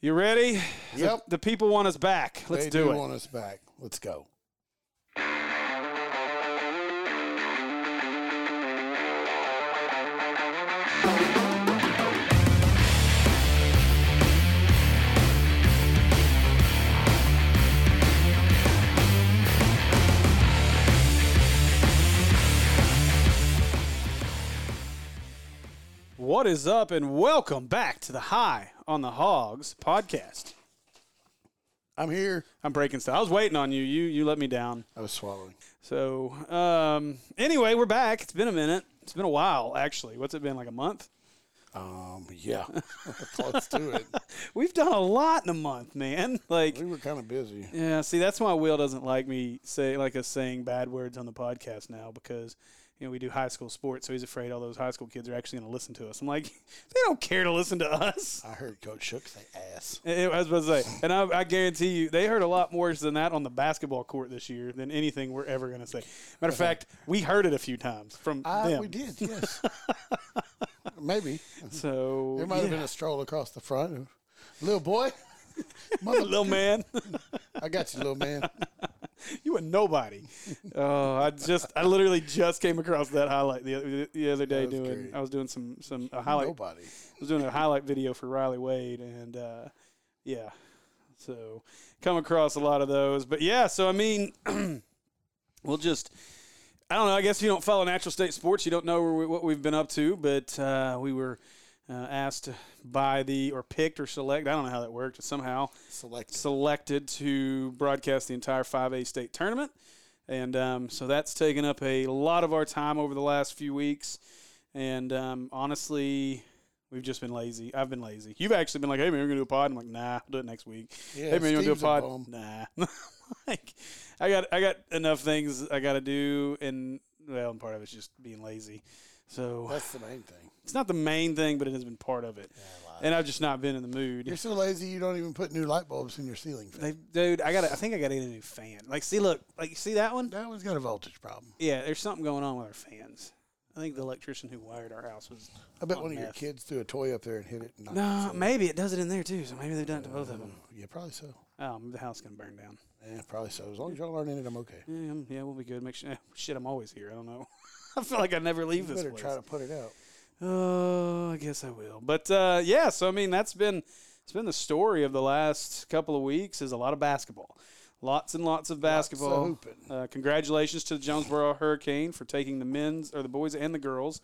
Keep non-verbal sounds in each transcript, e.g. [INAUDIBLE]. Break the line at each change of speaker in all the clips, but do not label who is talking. You ready?
Yep.
The people want us back. Let's
they
do, it.
want us back. Let's go.
What is up, and welcome back to the High on the Hogs podcast.
I'm here.
I'm breaking stuff. I was waiting on you. You you let me down.
I was swallowing.
So um, anyway, we're back. It's been a minute. It's been a while, actually. What's it been? Like a month.
Um,
[LAUGHS]
yeah, [LAUGHS] close to it.
We've done a lot in a month, man. [LAUGHS] Like
We were kind of busy.
Yeah, see, that's why Will doesn't like me say like us saying bad words on the podcast now because you know we do high school sports, so he's afraid all those high school kids are actually going to listen to us. I'm like, [LAUGHS] they don't care to listen to us.
I heard Coach Shook say ass.
I was about to say, and I, I guarantee you, they heard a lot worse than that on the basketball court this year than anything we're ever going to say. Matter of fact, we heard it a few times from
I,
them.
we
[LAUGHS]
did, yes. Maybe
So
there might have been a stroll across the front.
[LAUGHS]
Little boy,
yeah, [LAUGHS] little man. [LAUGHS]
I got you, little man.
You a nobody. oh, I just, I literally just came across that highlight the other, the other day.
That was
Doing,
great.
I was doing some some a highlight.
Nobody.
I was doing a highlight video for Riley Wade, and uh, yeah, so come across a lot of those. But yeah, so I mean, [CLEARS THROAT] we'll just. I don't know. I guess you don't follow Natural State sports. You don't know where we, what we've been up to, but uh, we were uh, asked by the or picked or select. I don't know how that worked. Somehow
Select.
selected to broadcast the entire 5A state tournament. And um, so that's taken up a lot of our time over the last few weeks. And um, honestly, we've just been lazy. I've been lazy. You've actually been like, hey, man, we're going to do a pod. I'm like, nah, I'll do it next week.
Yeah,
hey, man, you want to do a
Steve's a
pod?
bum.
Nah. [LAUGHS] like, I got, I got enough things I got to do. And, well, and part of it's just being lazy. So
That's the main thing.
it's not the main thing, but it has been part of it. and I've just not been in the mood.
You're so lazy you don't even put new light bulbs in your ceiling fan.
They, dude, I got. I think I got to get a new fan. Like, see, look, like, you see that one?
That one's got a voltage problem.
Yeah, there's something going on with our fans. I think the electrician who wired our house was.
I bet
on
one of your
meth.
kids threw a toy up there and hit it. And knocked
No,
it.
maybe it does it in there too. So maybe they've done it to both of them.
Yeah, probably so.
Oh, the house gonna burn down.
Yeah, Eh, probably so. As long as y'all aren't in it, I'm okay.
Yeah, um, yeah, we'll be good. Make sure. [LAUGHS] eh, shit, I'm always here. I don't know. [LAUGHS] I feel like I never leave
You
this
better
place.
try to put it out.
Oh, I guess I will. But uh, yeah, so I mean, that's been it's been the story of the last couple of weeks is a lot of basketball, lots and lots of basketball.
hooping.
uh, congratulations to the Jonesboro Hurricane for taking the men's or the boys and the girls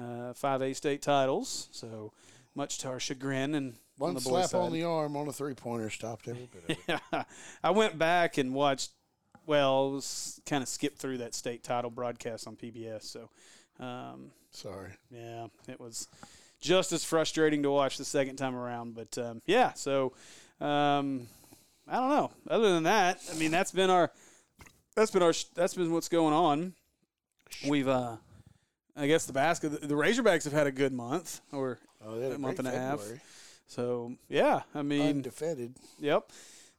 uh, five A state titles. So much to our chagrin and on
One
the boys
slap
side. [LAUGHS]
on the arm on a three pointer stopped every bit of it.
I went back and watched. Well, kind of skipped through that state title broadcast on PBS. So. Um,
Sorry.
yeah, it was just as frustrating to watch the second time around. But um, yeah, so um, I don't know. Other than that, I mean, that's been our that's been our that's been what's going on. We've uh, I guess the basket the, the Razorbacks have had a good month or
Oh, they had
a month
great
and a half.
February.
so. Yeah, I mean,
Undefended.
Yep.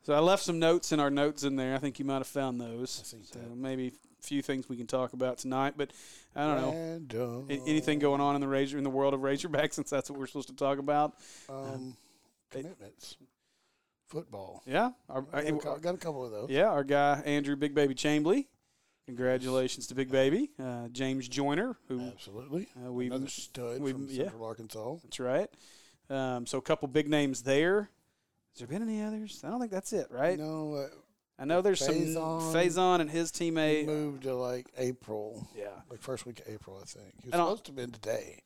So I left some notes in our notes in there. I think you might have found those.
I seen
so
that.
maybe a few things we can talk about tonight. But I don't know.
Random.
A- anything going on in the Razor in the world of Razorbacks [LAUGHS] since that's what we're supposed to talk about.
Um, commitments. Football.
Yeah, our,
I got, a,
our-
cou- got a couple of those.
yeah, our guy Andrew Big Baby Chambly. Congratulations to Big Baby uh, James Joyner, who
Absolutely.
uh, we
Another stud
we-
from
yeah.
Central Arkansas.
that's right. Um, so a couple big names there. Has there been any others? I don't think that's it, right?
No, uh,
I know there's some
Faison.
Faison and his
he
teammate.
moved to like April,
Yeah,
like first week of April, I think. He was
I don't-
supposed to have been today.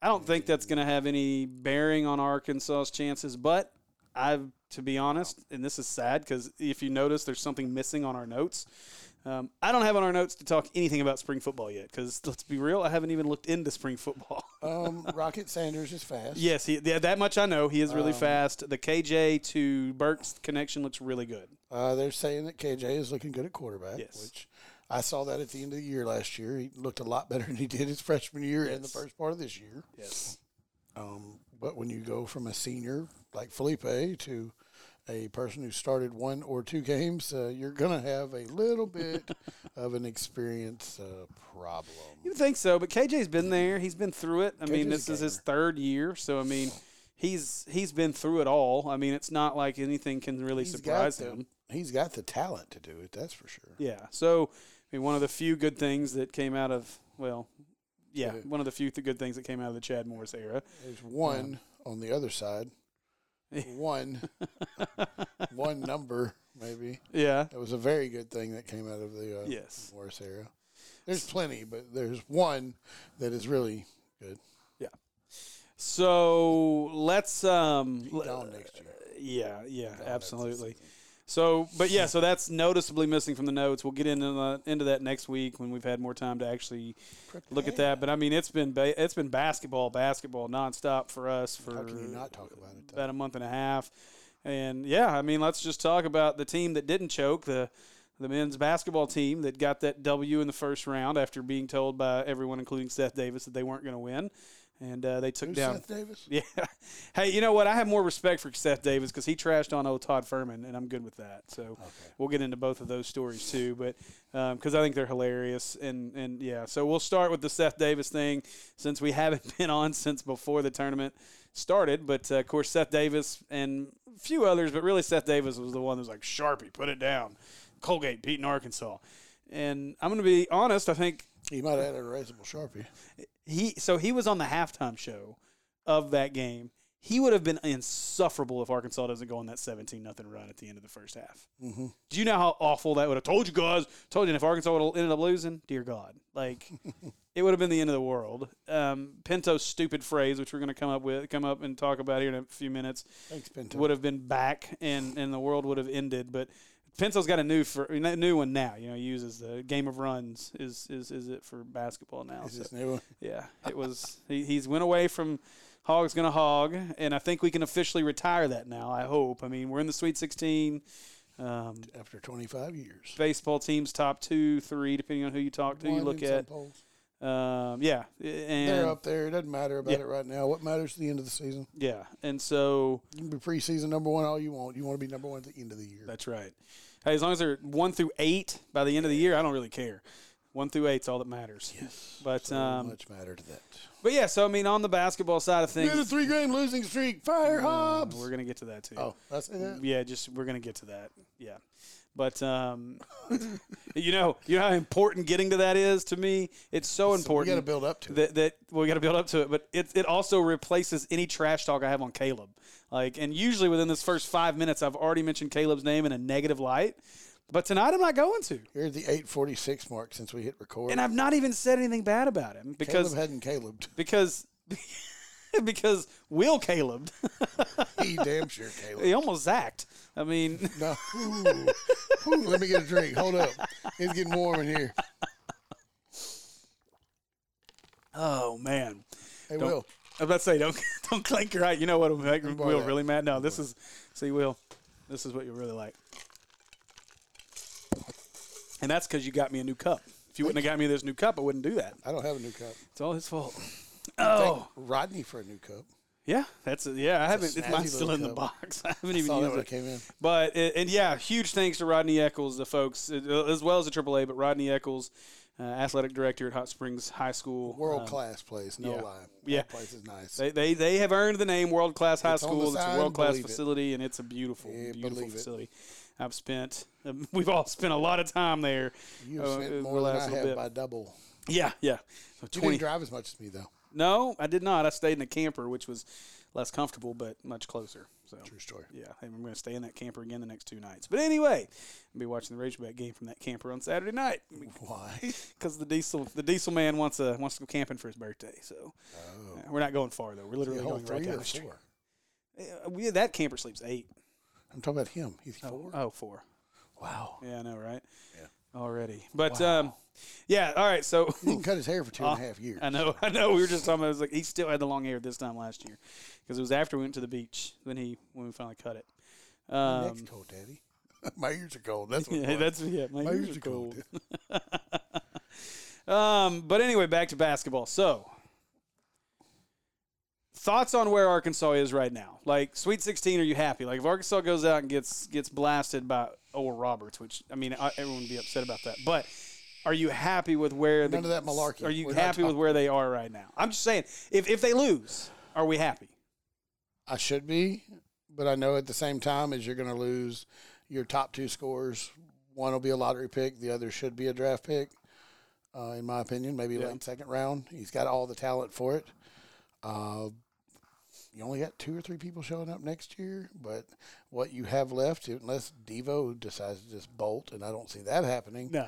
I don't think that's going to have any bearing on Arkansas's chances, but I've, to be honest, and this is sad because if you notice, there's something missing on our notes. Um, I don't have on our notes to talk anything about spring football yet because [LAUGHS] let's be real, I haven't even looked into spring football. [LAUGHS]
Um, Rocket Sanders is fast.
yes, he, yeah, that much I know. He is really fast. The KJ to Burks connection looks really good.
Uh, they're saying that KJ is looking good at quarterback,
Yes.
which I saw that at the end of the year last year. He looked a lot better than he did his freshman year and the
Yes.
first part of this year.
Yes.
Um, but when you go from a senior like Felipe to a person who started one or two games, uh, you're going to have a
[LAUGHS]
little bit of an experience uh, problem.
You would think so, but KJ's been there. He's been through it. I mean,
KJ's
this is his third year, so I mean, he's he's been through it all. I mean, it's not like anything can really
He's got
surprise
the-
him.
He's got the talent to do it. That's for sure.
Yeah. So, I mean, one of the few good things that came out of well, yeah,
Yeah.
one of the few th- good things that came out of the Chad Morris era.
There's one on the other side.
[LAUGHS]
One, one number maybe.
Yeah.
That was a very good thing that came out of the uh,
Yes.
Morris era. There's plenty, but there's one that is really good.
So let's um.
He's
l-
down next year.
Yeah. Yeah.
Down next
absolutely.
season.
So, but yeah, so that's noticeably missing from the notes. We'll get into the, into that next week when we've had more time to actually look at that. But I mean, it's been ba- it's been basketball, basketball nonstop for us for
How can you not talk about it? though?
about a month and a half. And yeah, I mean, let's just talk about the team that didn't choke the the men's basketball team that got that W in the first round after being told by everyone, including Seth Davis, that they weren't going to win, and uh, they took
Who's
down.
Seth Davis?
[LAUGHS] Yeah. Hey, you know what? I have more respect for Seth Davis because he trashed on old Todd Furman, and I'm good with that. So we'll get into both of those stories too, but because I think they're hilarious. And, and yeah, so we'll start with the Seth Davis thing since we [LAUGHS] haven't been on since before the tournament started. But uh, of course, Seth Davis and a few others, but really Seth Davis was the one that was like, Sharpie, put it down. Colgate beating Arkansas. And I'm going to be honest, I think
He might have had an erasable sharpie.
he so he was on the halftime show of that game. He would have been insufferable if Arkansas doesn't go on that 17 nothing run at the end of the first half.
Mm-hmm.
Do you know how awful that would have told you guys? Told you, and if Arkansas would have ended up losing, dear God, like
[LAUGHS]
it would have been the end of the world. Um, Pinto's stupid phrase, which we're going to come up with, come up and talk about here in a few minutes,
Thanks, Pinto.
would have been back, and and the world would have ended. But Pinto's got a new for a new one now. You know, he uses the game of runs is is is it for basketball now?
Is
so-
this new? one?
yeah, it was. he, he's went away from Hog's gonna hog, and I think we can officially retire that now. I hope. I mean, we're in the Sweet 16. Um,
After 25 years.
baseball teams top two, three, depending on who you talk to.
One
you look
in some
at,
polls.
um, yeah,
They're
and
up there. It doesn't matter about
Yeah.
it right now. What matters at the end of the season?
yeah, and so
You can be preseason number one all you want. You want to be number one at the end of the year.
that's right. Hey, as long as they're one through eight by the end of the year, I don't really care. One through eight's all that matters.
yes.
But
So
um,
much matter to that.
but yeah, so I mean, on the basketball side of
We had a
things,
three game losing streak. Fire
uh,
Hobbs.
we're gonna get to that too.
oh, that's it.
Yeah, just we're gonna get to that. Yeah, but um, [LAUGHS] you know, you know how important getting to that is to me. It's so
We got to
important
build up to it.
that that well, we got to build up to it. But it it also replaces any trash talk I have on Caleb. Like, and usually within this first five minutes, I've already mentioned Caleb's name in a negative light. But tonight, I'm not going to,
You're at the 846 mark since we hit record.
and I've not even said anything bad about him because
Caleb hadn't Caleb.
because. [LAUGHS] Because Will Caleb,
[LAUGHS]
[LAUGHS]
He damn sure Caleb.
he almost zacked. I mean, [LAUGHS]
No. Ooh. Ooh, let me get a drink. Hold up. It's getting warm in here.
oh man.
Hey,
Don't-
Will.
I was about to say, don't [LAUGHS] don't clink your eye. You know what will make
Don't buy
Will
that.
really mad? No, this is see Will, this is what you really like, and that's because you got me a new cup. If you wouldn't have got me this new cup, I wouldn't do that.
I don't have a new cup.
It's all his fault.
Thank
Oh
Rodney for a new cup.
yeah, that's it. yeah. I haven't. It's
snazzy
mine's still
little
in the
cup.
box. [LAUGHS] I haven't
I
even
saw
used
that when
it.
I came in.
But and and yeah, huge thanks to Rodney Eccles, the folks, uh, as well as the AAA, but Rodney Eccles, uh, athletic director at Hot Springs High School.
World
Um,
class place. No
yeah.
lie.
Yeah.
That place is nice.
They, they, they have earned the name World Class High
It's on the
School. It's a
sign,
world class
believe it.
facility, and it's a beautiful,
Yeah,
beautiful
believe it.
facility. I've spent, [LAUGHS] um, we've all spent a lot of time there.
you
uh,
have spent
in
more
the
than
last
I
little
have
bit.
by double.
Yeah, yeah. So
You
20
didn't drive as much as me, though.
no, I did not. I stayed in a camper, which was less comfortable but much closer. So
True story.
yeah, and I'm going to stay in that camper again the next two nights. But anyway, I'll be watching the Razorback game from that camper on Saturday night
[LAUGHS] Why?
because the diesel the diesel man wants a wants to go camping for his birthday. So
Oh.
uh, we're not going far though. We're literally
Yeah,
going right
three
down
or
the street.
four.
Uh, we- that camper sleeps eight.
I'm talking about him. He's four.
Oh, four.
Wow.
Yeah, I know, right?
Yeah.
Already. But um, yeah, all right. So [LAUGHS]
He didn't cut his hair for two and a half years.
Uh, I know, I know. We were just talking about. It was like he still had the long hair this time last year because it was after we went to the beach when he when we finally cut it.
My
Um,
neck's cold, Daddy. [LAUGHS] My ears are cold. That's what.
[LAUGHS]
it
yeah,
was.
that's yeah. My,
My
ears
ears
are
are cold.
[LAUGHS] cold. Um, but anyway, back to basketball. So. Thoughts on where Arkansas is right now? Like Sweet 16, are you happy? Like if Arkansas goes out and gets gets blasted by Oral Roberts, which I mean I, everyone would be upset about that, but are you happy with where the
None of that malarkey.
Are you
We're not
happy with
talking-
where they are right now? I'm just saying, if, if they lose, are we happy?
I should be, but I know at the same time as you're going to lose your top two scores. One will be a lottery pick, the other should be a draft pick, uh, in my opinion, maybe
Yeah.
late second round. He's got all the talent for it. Uh, you only got two or three people showing up next year, but what you have left, unless Devo decides to just bolt, and I don't see that happening,
No.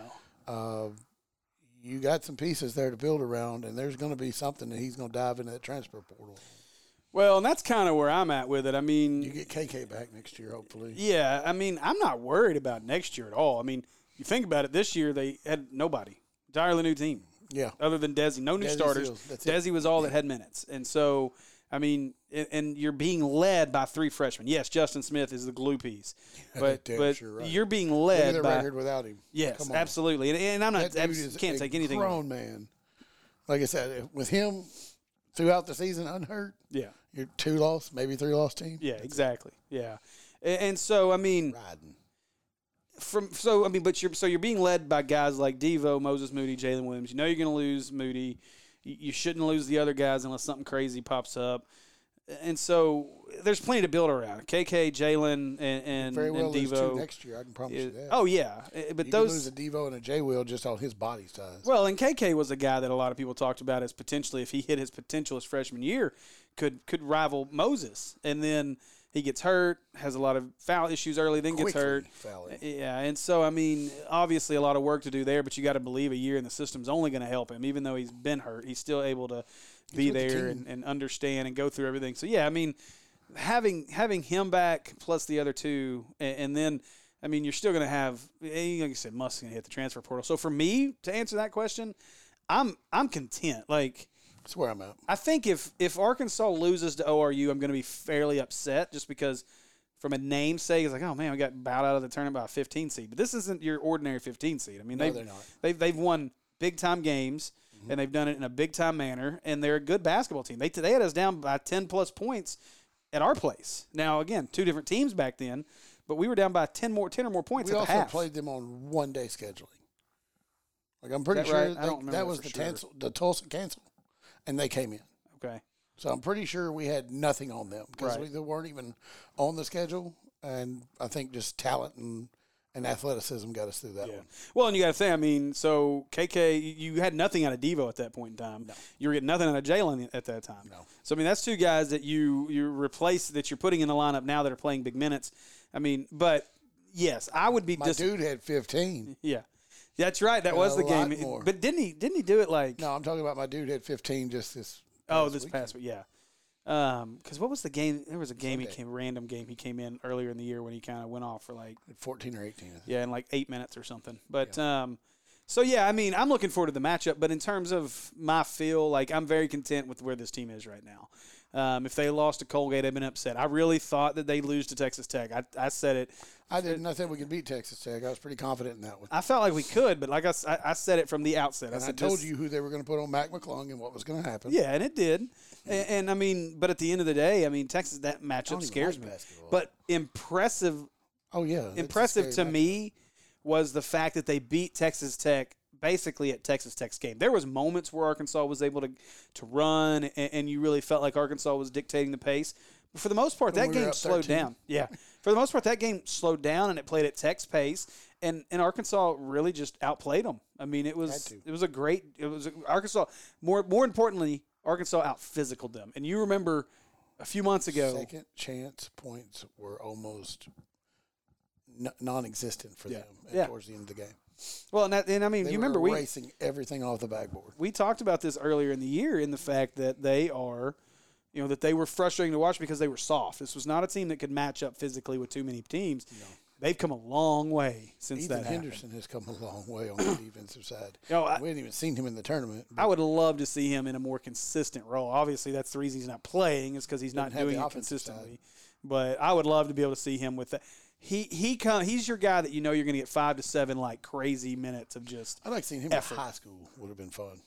uh, you got some pieces there to build around, and there's going to be something that he's going to dive into that transfer portal.
Well, and that's kind of where I'm at with it. I mean,
You get KK back next year, hopefully.
Yeah, I mean, I'm not worried about next year at all. I mean, you think about it, this year they had nobody, entirely new team,
Yeah.
other than Desi, no new
Desi
starters.
Seals, that's it.
Desi was all that had minutes, and so I mean, and, and you're being led by three freshmen. Yes, Justin Smith is the glue
[LAUGHS]
piece, but
damn
but
sure right.
you're being
Look at
led
the
by
record without him.
yes,
Come on.
absolutely, and, and I'm not
That
abs-
dude is
can't
a
take anything. away.
grown man. Like I said, if- with him throughout the season unhurt,
Yeah,
you're two loss, maybe three loss team.
yeah, exactly, yeah, and, and so I mean.
Riding.
from so I mean, but you're so you're being led by guys like Devo, Moses Moody, Jalen Williams. You know you're going to lose Moody. You, you shouldn't lose the other guys unless something crazy pops up. And so there's plenty to build around. KK, Jalen, and, and,
Very well
and
lose two
Devo.
next year. I can promise you
is-
that.
oh yeah, Eh, but
you
those
could lose a Devo and a J Will just on his body size.
well, and KK was a guy that a lot of people talked about as potentially, if he hit his potential his freshman year, could could rival Moses. And then he gets hurt, has a lot of foul issues early, then gets
Quickly
hurt. Eh,
fouling.
Yeah, and so I mean, obviously a lot of work to do there, but you got to believe a year in the system's only going to help him. Even though he's been hurt, he's still able to be
with the
there
team.
and, and understand and go through everything. So yeah, I mean, having having him back plus the other two, and, and then I mean you're still going to have eh, like you said, Musk's going to hit the transfer portal. So for me to answer that question, I'm I'm content. Like
That's where I'm at.
I think if if Arkansas loses to ORU, I'm going to be fairly upset just because from a namesake, it's like, oh man, we got bowed out of the tournament by a 15 seed. But this isn't your ordinary 15 seed. I mean,
No,
they've,
they're not. Mm-hmm.
They've, they've won big time games and they've done it in a big time manner, and they're a good basketball team. They, they had us down by 10 plus points at our place. Now, again, two different teams back then, but we were down by 10 more 10 or more points
we
at
also
the half.
played them on one day scheduling. Like I'm pretty
that
sure
right? I
they-
don't remember
that
that
was
for
the
sure.
cancel, the Tulsa cancel, and they came in.
okay.
So I'm pretty sure we had nothing on them because
Right.
we they weren't even on the schedule. And I think just talent and, and athleticism got us through that one.
Well, and you got to think. I mean, so KK, you you had nothing out of Devo at that point in time. You were getting nothing out of Jalen at that time.
No.
So I mean, that's two guys that you you replace that you're putting in the lineup now that are playing big minutes. I mean, but yes, I would be
My
dis-
dude
[LAUGHS]
had 15.
yeah. That's right. That was
a
the game.
lot more.
But didn't he didn't he do it like
No, I'm talking about my dude had 15 just this.
oh this past week? Yeah. Um, because what was the game? There was a game he
Sunday.
came random game he came in earlier in the year when he kind of went off for like
14 or 18. I think.
Yeah, in like eight minutes or something. But um, so yeah, I mean, I'm looking forward to the matchup. But in terms of my feel, like I'm very content with where this team is right now. Um, if they lost to Colgate, I've been upset. I really thought that they lose to Texas Tech. I, I said it.
I didn't. I said we could beat Texas Tech. I was pretty confident in that one.
I felt like we could, but like I, s- I- I said it from the outset. I
And I,
said
told
this-
you who they were going to put on Mac McClung and what was going to happen.
Yeah, and it did. And, and I mean, but at the end of the day, I mean, Texas that matchup
even
scares
like
me.
basketball.
But impressive
Oh yeah. that's a
impressive to
scary match.
me was the fact that they beat Texas Tech basically at Texas Tech's game. There was moments where Arkansas was able to to run, and, and you really felt like Arkansas was dictating the pace. But for the most part,
When
that
we were
game
up
slowed
13.
down.
[LAUGHS]
Yeah, for the most part, that game slowed down, and it played at Tech's pace. And, and Arkansas really just outplayed them. I mean, it was
Had
it was a great. It was Arkansas. More more importantly, Arkansas out physicaled them. And you remember a few months ago,
Second chance points were almost n- non-existent for them at-
Yeah.
towards the end of the game.
well, and, that, and I mean,
They
you
were
remember we
racing everything off the backboard.
we talked about this earlier in the year in the fact that they are, you know, that they were frustrating to watch because they were soft. This was not a team that could match up physically with too many teams. They've come a long way since
Ethan
that happened.
Henderson has come a long way on the defensive side.
You know, I-
we hadn't even seen him in the tournament. but
I would love to see him in a more consistent role. Obviously, that's the reason he's not playing is because he's not
Doesn't have
doing
the
it
offensive side.
consistently. But I would love to be able to see him with that. He he come, he's your guy that you know you're going to get five to seven like crazy minutes of just
I'd like seeing him
effort.
in high school. Would have been fun.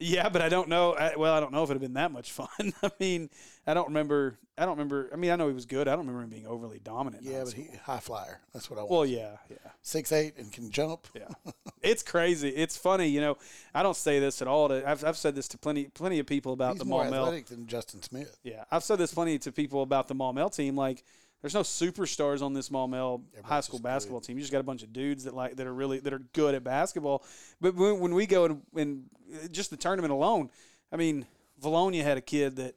Yeah, but I don't know. I, well, I don't know if it'd have been that much fun. [LAUGHS] I mean, I don't remember. I don't remember. I mean, I know he was good. I don't remember him being overly dominant. in
Yeah,
high
but
school.
he high flyer. That's what I want.
Well, yeah, yeah.
Six eight and can jump.
Yeah,
[LAUGHS]
it's crazy. It's funny, you know. I don't say this at all. To, I've I've said this to plenty plenty of people about
He's
the
more
Maumelle.
athletic than Justin Smith.
Yeah, I've said this plenty to people about the Maumelle team. Like, there's no superstars on this Maumelle high school basketball team. You just got a bunch of dudes that like that are really that are good at basketball. But when, when we go and, and uh, just the tournament alone, I mean, Valonia had a kid that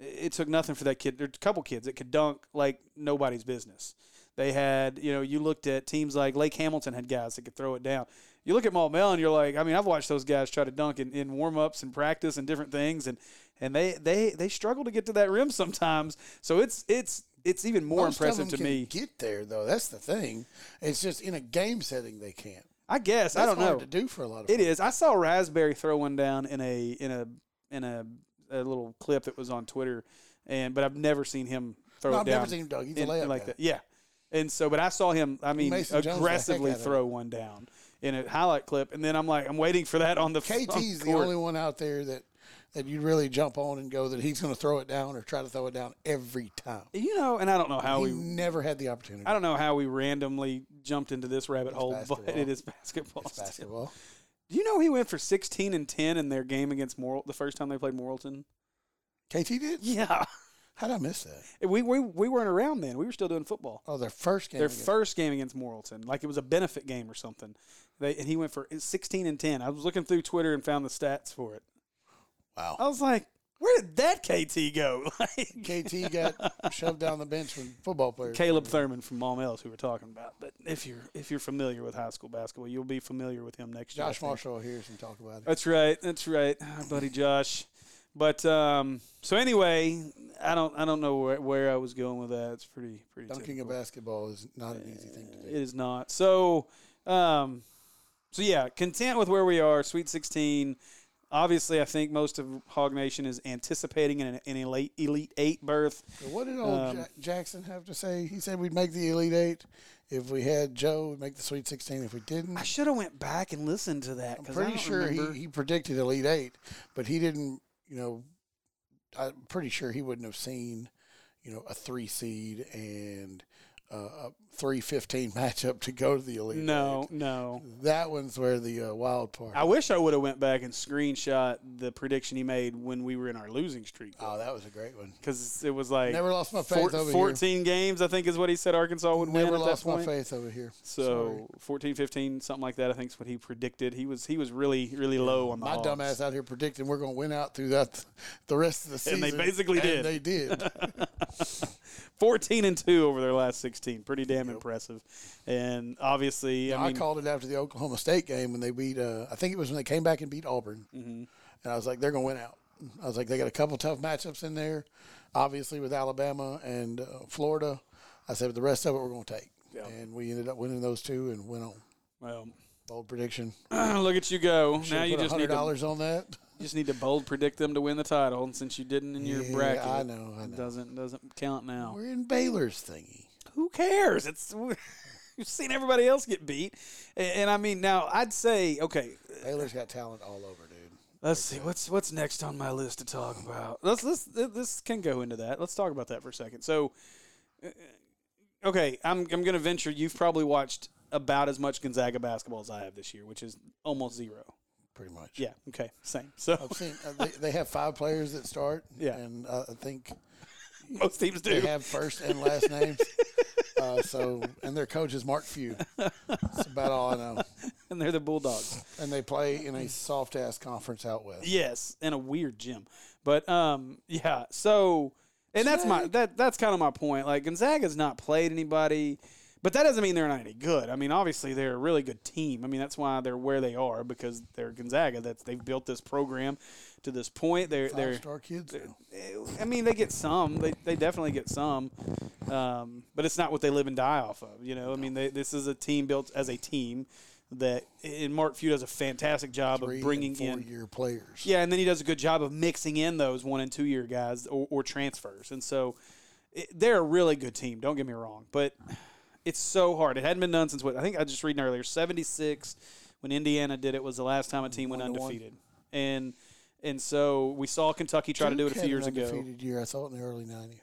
it took nothing for that kid. There's a couple kids that could dunk like nobody's business. They had, you know, you looked at teams like Lake Hamilton had guys that could throw it down. You look at Maumelle and you're like, I mean, I've watched those guys try to dunk in, in warm ups and practice and different things, and and they they they struggle to get to that rim sometimes. So it's it's it's even more
Most of
impressive
them
to
can
me.
Get there though. That's the thing. It's just in a game setting they can't.
I guess
That's
I don't
hard
know.
to do for a lot of.
It is. I saw Raspberry throw one down in a in a in a, a little clip that was on Twitter, and but I've never seen him throw
No,
it
I've
down.
never seen him dunk. He's a
in-
layup
like
guy.
that. Yeah, and so but I saw him. I mean,
Mason Jones the heck
aggressively
out of him.
throw one down in a highlight clip, and then I'm like, I'm waiting for that on the [LAUGHS] on
KT's the
court.
only one out there that that you'd really jump on and go that he's going to throw it down or try to throw it down every time.
You know, and I don't know how
He
we
never had the opportunity.
I don't know how we randomly jumped into this rabbit hole, but
basketball.
it is basketball.
It's
still.
basketball.
Do you know he went for 16 and 10 in their game against Morrill the first time they played Morrilton?
KT did.
Yeah.
How did I miss that?
We, we, we weren't around then. We were still doing football.
Oh, their first game.
Their
against-
first game against Morrilton, like it was a benefit game or something. They, and he went for 16 and 10. I was looking through Twitter and found the stats for it.
wow.
I was like, where did that KT go? [LAUGHS] Like, [LAUGHS]
KT got shoved down the bench when football players.
Caleb Thurman from Maumelle is who we're talking about. But if you're if you're familiar with high school basketball, you'll be familiar with him next year. I
Josh
think.
Marshall hears him talk about it.
That's right. That's right, Our buddy Josh. But um, so anyway, I don't I don't know where, where I was going with that. It's pretty pretty.
Dunking a
typical.
basketball is not an easy thing to do.
It is not. So um, so yeah, content with where we are. Sweet sixteen. Obviously, I think most of Hog Nation is anticipating an, an elite elite eight berth.
So What did old
Um,
Ja- Jackson have to say? He said we'd make the Elite Eight if we had Joe. We'd make the Sweet Sixteen if we didn't.
I should have went back and listened to that.
I'm
'cause I
pretty
don't
sure
remember.
he, he predicted Elite Eight, but he didn't. You know, I'm pretty sure he wouldn't have seen, you know, a three seed and uh, a three fifteen [LAUGHS] matchup to go to the Elite.
No,
Eight.
no.
that one's where the uh, wild part.
I wish I would have went back and screenshot the prediction he made when we were in our losing streak.
oh, that was a great one.
because it was like
Never lost my faith
four-
over
14 games, I think, is what he said Arkansas would
here.
win
Never
at
lost
that
my
point.
faith over here.
So fourteen, fifteen, 14, 15, something like that, I think is what he predicted. He was he was really really low on the
My
Hogs.
dumbass out here predicting we're going to win out throughout the rest of the
And
season.
they basically
And
did. [LAUGHS]
They did.
14 and two over their last sixteen, pretty damn impressive. And obviously, I
I,
mean,
called it after the Oklahoma State game when they beat. Uh, I think it was when they came back and beat Auburn,
Mm-hmm.
and I was like, they're going to win out. I was like, they got a couple tough matchups in there, obviously with Alabama and uh, Florida. I said, but the rest of it we're going to take,
Yeah.
and we ended up winning those two and went on.
well, [CLEARS THROAT]
Bold prediction.
look at you go. now
Should've
you
put
just need to
$100 on that.
you just need to bold predict them to win the title, and since you didn't in your
Yeah,
bracket,
I know, I know.
doesn't doesn't count now.
We're in Baylor's thingy.
who cares? It's [LAUGHS] you've seen everybody else get beat, and, and I mean, now I'd say okay.
Baylor's got talent all over, dude.
Let's see what's what's next on my list to talk about. Let's let's th- this can go into that. Let's talk about that for a second. So, uh, okay, I'm I'm gonna venture. You've probably watched about as much Gonzaga basketball as I have this year, which is almost zero.
Pretty much.
Yeah. Okay. Same. So
I've seen uh, they, they have five players that start.
Yeah.
and uh, I think
[LAUGHS] most teams
they
do.
have first and last
[LAUGHS]
names. Uh, so, and their coach is Mark Few. That's about all I know.
and they're the Bulldogs.
And they play in a soft ass conference out west.
Yes, in a weird gym. But um, yeah. So, and that's my that that's kind of my point. Like Gonzaga's not played anybody, but that doesn't mean they're not any good. I mean, obviously they're a really good team. I mean, that's why they're where they are because they're Gonzaga. That's they've built this program to this point. They're
Five
they're. eh,
star kids. now.
I mean, they get some. They, they definitely get some, um, but it's not what they live and die off of. You know, I mean, they, this is a team built as a team that, and Mark Few does a fantastic job
Three
of
and
bringing
four
in
year players.
yeah, and then he does a good job of mixing in those one and two year guys or, or transfers. And so it, they're a really good team. Don't get me wrong, but it's so hard. It hadn't been done since what I think I was just reading earlier seventy six when Indiana did it was the last time a team went
One to one.
undefeated. And And so we saw Kentucky try to do it a
Duke
few years
had an
ago.
Undefeated year, I thought in the early '90s.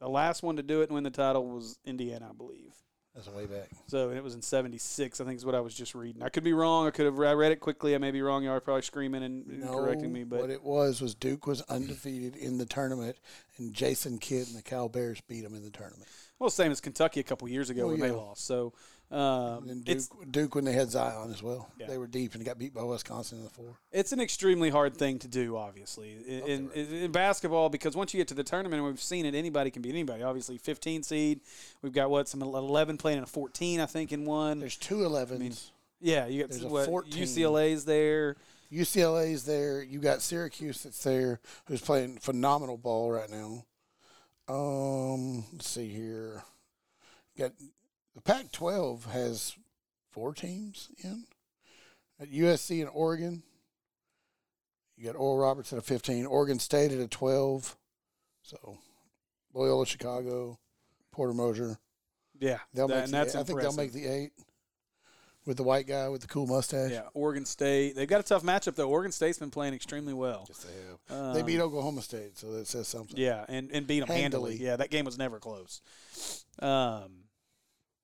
The last one to do it and win the title was Indiana, I believe.
That's way back.
So and it was in '76, I think is what I was just reading. I could be wrong. I could have I read it quickly. I may be wrong. Y'all are probably screaming and and
No,
correcting me, but
what it was was Duke was undefeated in the tournament, and Jason Kidd and the Cal Bears beat him in the tournament.
well, same as Kentucky a couple years ago
Well,
when they
yeah.
lost. So um,
And Duke,
it's
Duke when they had Zion as well,
Yeah.
they were deep and got beat by Wisconsin in the four.
it's an extremely hard thing to do, obviously, in, in, in basketball because once you get to the tournament, we've seen it. Anybody can beat anybody. Obviously, 15 seed. We've got what some 11 playing in a 14, I think, in one.
There's two 11s.
yeah, you got
there's a
what
14.
UCLA's there.
UCLA's there. You got Syracuse that's there, who's playing phenomenal ball right now. Um, let's see here. got the Pac-12 has four teams in at USC and Oregon. You got Oral Roberts at a fifteen, Oregon State at a twelve. So Loyola Chicago, Porter Mosier.
Yeah,
They'll
that-
make
and
the
that's
eight. I think
impressive.
they'll make the eight with the white guy with the cool mustache.
yeah, Oregon State. They've got a tough matchup though. Oregon State's been playing extremely well.
Yes, they have.
Um,
They beat Oklahoma State, so that says something.
Yeah, and, and beat them handily.
Handily.
Yeah, that game was never close. Um,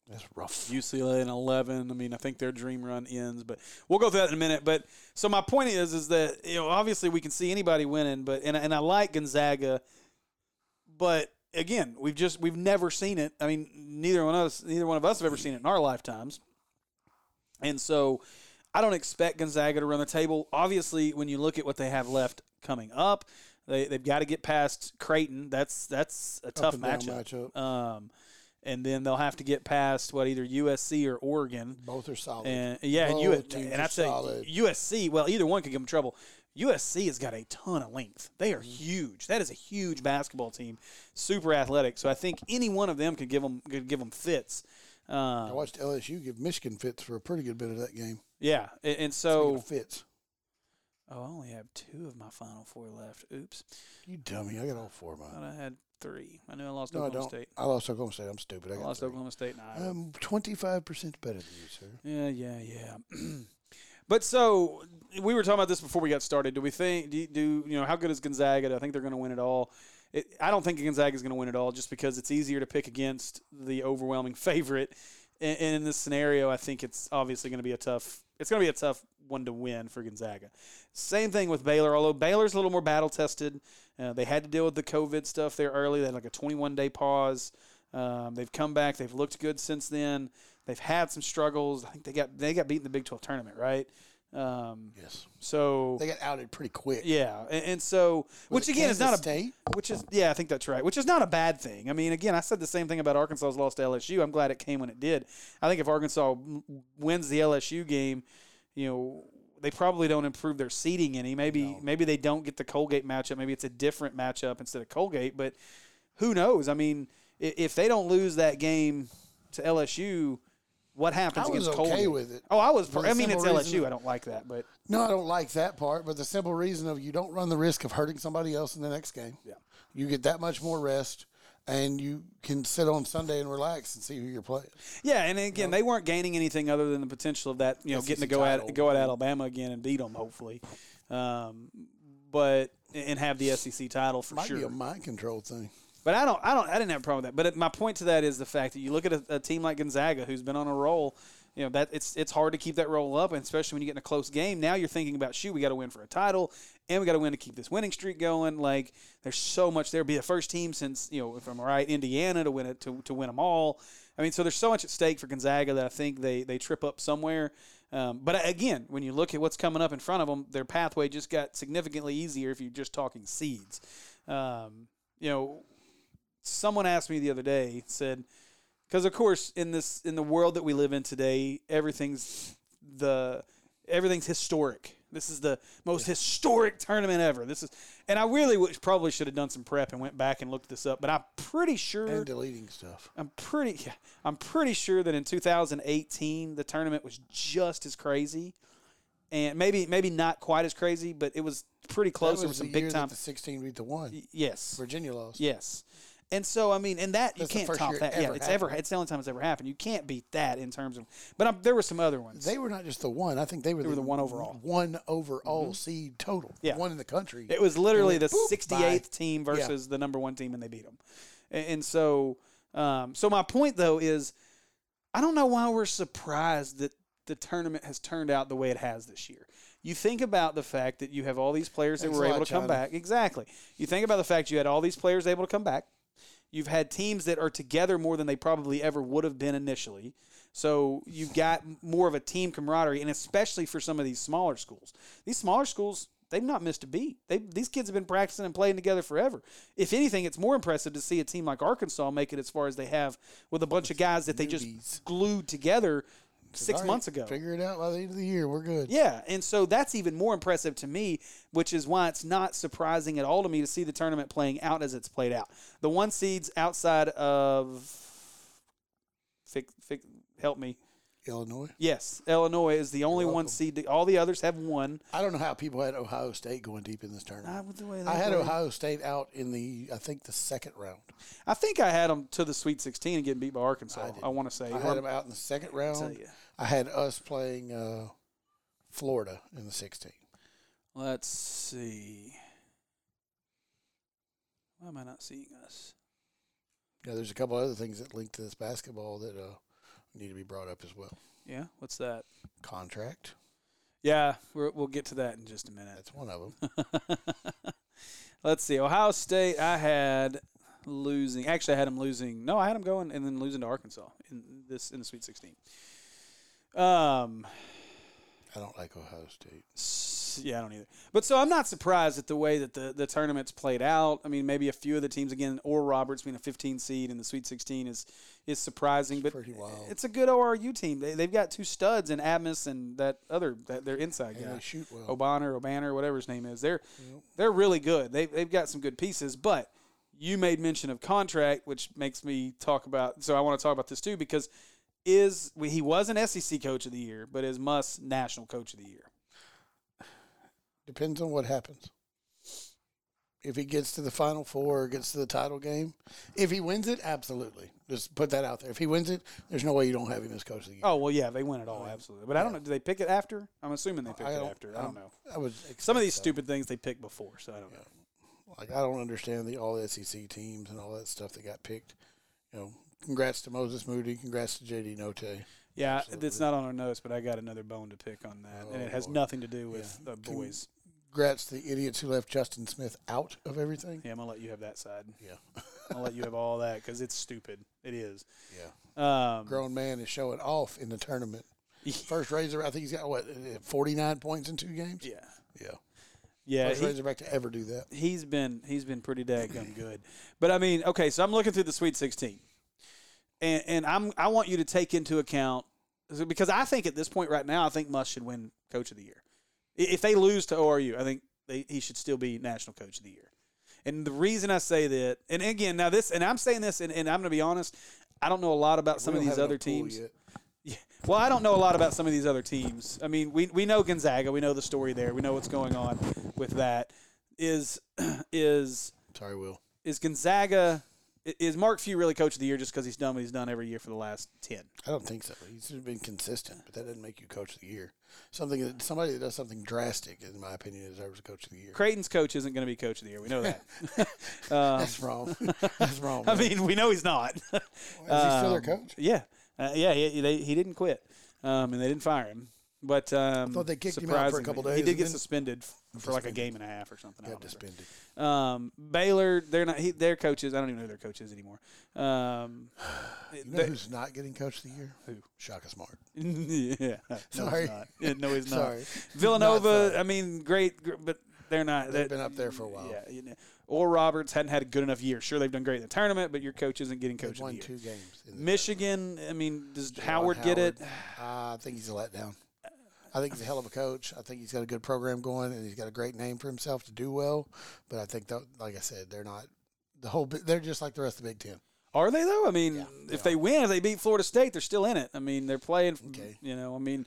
That's rough.
UCLA and 11. I mean, I think their dream run ends, but we'll go through that in a minute. But so my point is, is that, you know, obviously we can see anybody winning, but, and, and I like Gonzaga, but again, we've just, we've never seen it. I mean, neither one of us, neither one of us have ever seen it in our lifetimes. And so I don't expect Gonzaga to run the table. Obviously, when you look at what they have left coming up, they, they've got to get past Creighton. That's, that's a tough
and down
matchup.
matchup.
Um, and then they'll have to get past what either USC or Oregon.
Both are solid.
And yeah, and,
Both
U-
teams
and
are
I say
solid.
USC. Well, either one could give them trouble. USC has got a ton of length. They are
Mm-hmm.
huge. That is a huge basketball team, super athletic. So I think any one of them could give them could give them fits.
I
Um,
watched LSU give Michigan fits for a pretty good bit of that game.
yeah, and, and
Speaking
so
of fits,
oh, I only have two of my final four left. Oops,
you dummy! I got all four of mine.
thought I had three. I knew I lost
No, I
Oklahoma
don't.
Uh, State.
I lost Oklahoma State. I'm stupid. I,
I
got
lost
three. Um,
Oklahoma State and Iowa.
I'm 25 percent better than you, sir.
Yeah, yeah, yeah. [CLEARS THROAT] but so we were talking about this before we got started. Do we think do, do you know how good is Gonzaga? Do I think they're going to win it all? It, I don't think Gonzaga is going to win it all, just because it's easier to pick against the overwhelming [LAUGHS] favorite. And, and in this scenario, I think it's obviously going to be a tough. It's going to be a tough one to win for Gonzaga. Same thing with Baylor, although Baylor's a little more battle tested. Uh, they had to deal with the COVID stuff there early. They had like a 21 day pause. Um, they've come back. They've looked good since then. They've had some struggles. I think they got they got beat in the Big 12 tournament, right? Um,
Yes,
so
they got outed pretty quick.
yeah, and, and so
Was
which
it
again is not
Kansas
a
state.
which is yeah, I think that's right. Which is not a bad thing. I mean, again, I said the same thing about Arkansas's loss to LSU. I'm glad it came when it did. I think if Arkansas m- wins the LSU game, you know, they probably don't improve their seeding any. Maybe maybe they don't get the Colgate matchup. Maybe it's a different matchup instead of Colgate. But who knows? I mean, i- if they don't lose that game to LSU, what happens
I was
against
okay
Colgate?
with it.
Oh, I was.
For the
I mean, it's
simple
LSU.
reason-
I don't like that, but
No, I don't like that part, but the simple reason of you don't run the risk of hurting somebody else in the next game.
Yeah.
You get that much more rest, and you can sit on Sunday and relax and see who you're playing.
Yeah, and again, they weren't gaining anything other than the potential of that, you know, getting to go
title.
at go at Alabama again and beat them, hopefully, um, but and have the SEC title for
Might
sure.
be a mind control thing.
But I don't, I don't, I didn't have a problem with that. But it- my point to that is the fact that you look at a, a team like Gonzaga, who's been on a roll. You know that it's it's hard to keep that roll up, and especially when you get in a close game. Now you're thinking about, shoot, we got to win for a title, and we got to win to keep this winning streak going. Like there's so much there. Be the first team since you know, if I'm right, Indiana to win it to, to win them all. I mean, so there's so much at stake for Gonzaga that I think they they trip up somewhere. Um, but again, when you look at what's coming up in front of them, their pathway just got significantly easier if you're just talking seeds. Um, you know, someone asked me the other day said because of course in this in the world that we live in today everything's the everything's historic this is the most historic tournament ever this is and i really wish, probably should have done some prep and went back and looked this up but i'm pretty sure
And uh, deleting stuff.
I'm pretty yeah, I'm pretty sure that in 2018 the tournament was just as crazy. And maybe maybe not quite as crazy, but it was pretty close.
That
There was
was
some
the
big
year
time
That the 16 beat the one.
yes.
Virginia lost.
Yes. And so I mean, and that
That's the
you can't
first
top
year it
that. Yeah,
ever
it's
happened.
ever it's the only time it's ever happened. You can't beat that in terms of. But I'm, there were some other ones.
They were not just the one. I think they were,
were the one overall. Mm-hmm.
One overall seed total.
Yeah.
One in the country.
It was literally the
went, "Boop,
68th
bye."
team versus the number one team, and they beat them. And, and so, um, so my point though is, I don't know why we're surprised that the tournament has turned out the way it has this year. You think about the fact that you have all these players that
Thanks
were
a lot,
able to come
China.
back. Exactly. You think about the fact you had all these players able to come back. You've had teams that are together more than they probably ever would have been initially. So you've got m- more of a team camaraderie, and especially for some of these smaller schools. These smaller schools, they've not missed a beat. They, these kids have been practicing and playing together forever. If anything, it's more impressive to see a team like Arkansas make it as far as they have with a bunch of guys that they
Newbies.
just glued together six
All right,
months ago.
Figure it out by the end of the year. We're good.
Yeah, and so that's even more impressive to me, which is why it's not surprising at all to me to see the tournament playing out as it's played out. The one seeds outside of, fic, fic, help me,
Illinois.
yes, Illinois is the only one
welcome.
seed. that- All the others have one.
I don't know how people had Ohio State going deep in this tournament.
Not with the way they
I had
played.
Ohio State out in the, I think, the second round.
I think I had them to the Sweet 16 and getting beat by Arkansas. I, want to say.
I
Or-
had them out in the second round.
ya.
I had us playing uh, Florida in the 16.
Let's see. Why am I not seeing us?
Now, there's a couple other things that link to this basketball that uh, need to be brought up as well.
Yeah, what's that?
Contract,
Yeah, we're, we'll get to that in just a minute.
that's one of
[LAUGHS]
them.
Let's see. Ohio State, I had losing. Actually, I had them losing. No, I had them going and then losing to Arkansas in this in the Sweet 16. Um,
I don't like Ohio State.
s- yeah, I don't either. But so I'm not surprised at the way that the, the tournament's played out. I mean, maybe a few of the teams again, or Roberts being a 15 seed in the Sweet 16 is is surprising. but
pretty wild.
it's a good ORU team. They they've got two studs in Admis and that other that their inside
And
guy.
they shoot well.
O'Banner, O'Banner, whatever his name is. They're they're really good. They they've got some good pieces, but you made mention of contract, which makes me talk about. So I want to talk about this too because is well, he was an SEC coach of the year, but is Muss national coach of the year?
Depends on what happens. If he gets to the Final Four or gets to the title game, if he wins it, absolutely. Just put that out there. If he wins it, there's no way you don't have him as coach of the year.
Oh well, yeah, they win it all absolutely. But I don't know. Do they pick it after? I'm assuming they pick
I
it
don't-
after. I don't know.
I would
Some of
expect
these
so.
stupid things they pick before, so I don't know.
like I don't understand the all SEC teams and all that stuff that got picked. You know, congrats to Moses Moody, congrats to JD Note,
Yeah, it's not on our notes, but I got another bone to pick on that, and it has nothing to do with the boys.
congrats to the idiots who left Justin Smith out
[LAUGHS]
of everything.
Yeah, I'm gonna let you have that side.
Yeah,
I'll let you have all that because it's stupid. It is.
yeah.
Um,
Grown man is showing off in the tournament. First Razorback, I think he's got what forty nine points in two games.
yeah,
Yeah,
yeah.
first
He,
Razorback to ever do that.
he's been he's been pretty daggum good. But I mean, okay. So I'm looking through the Sweet 16, and and I'm I want you to take into account because I think at this point right now I think Musk should win Coach of the Year. I- If they lose to ORU, I think they, he should still be National Coach of the Year. And the reason I say that, and again, now this, and I'm saying this, and, and I'm going to be honest, I don't know a lot about some
We
of
don't
these
have
other
enough pool
teams.
yet.
Yeah. Well, I don't know a lot about some of these other teams. I mean, we, we know Gonzaga, we know the story there, we know what's going on with that. Is [CLEARS THROAT] is
Sorry, Will.
is Gonzaga i- is Mark Few really coach of the year just because he's done what he's done every year for the last ten?
I don't think so. He's just been consistent, but that doesn't make you coach of the year. Something that somebody that does something drastic, in my opinion, deserves a coach of the year.
Creighton's coach isn't going to be coach of the year. We know
[LAUGHS]
that. [LAUGHS]
That's wrong. That's wrong.
Um, I
man.
mean, um, we know he's not. [LAUGHS]
Is he still their coach?
yeah, uh, yeah. He, they, he didn't quit, um, and they didn't fire him. But um,
thought they kicked him out for a couple
surprisingly, He
days
did
and
get
then-
suspended f- for like a game and a half or something. I
Got
don't remember.
disbanded.
Um, Baylor, they're not he, their coaches. I don't even know who their coach is anymore. Um, [LAUGHS]
You know who's not getting coach of the year? Who? Shaka Smart.
yeah,
[LAUGHS] Sorry.
no, he's not. No, he's not.
Sorry.
Villanova. I mean, great, gr- but they're not.
They've
that-
been up there for a while.
Yeah, you know. or Roberts hadn't had a good enough year. Sure, they've done great in the tournament, but your coach isn't getting
They've
coach of the
won
year.
two games. in the-
Michigan. I mean, does
John
Howard, get it?
Uh, I think he's a letdown. I think he's a hell of a coach. I think he's got a good program going, and he's got a great name for himself to do well. But I think, that, like I said, they're not the whole. bi- They're just like the rest of the Big Ten.
Are they though? I mean, if they win, if they beat Florida State, they're still in it. I mean, they're playing.
Okay.
You know, I mean,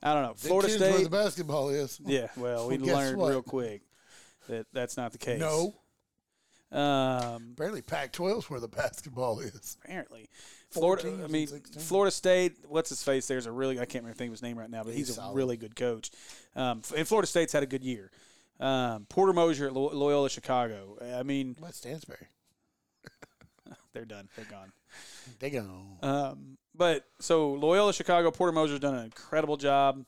I don't know. Florida
Kids Where
State.
the basketball is.
Yeah, well, we
[LAUGHS] Well, guess
learned
what?
real quick that that's not the case.
No,
Um,
Apparently, Pac-12 is where the basketball is.
apparently,
Four
Florida.
teams
I
and
mean,
16.
Florida State. What's his face? There's a really I can't remember think of his name right now, but he's,
He's
a
solid.
really good coach. Um, f- and Florida State's had a good year. Um, Porter Mosier at Lo- Loyola Chicago. I mean,
What Stansberry?
they're done. They're gone.
They go.
Um, but so Loyola Chicago, Porter Moser's done an incredible job,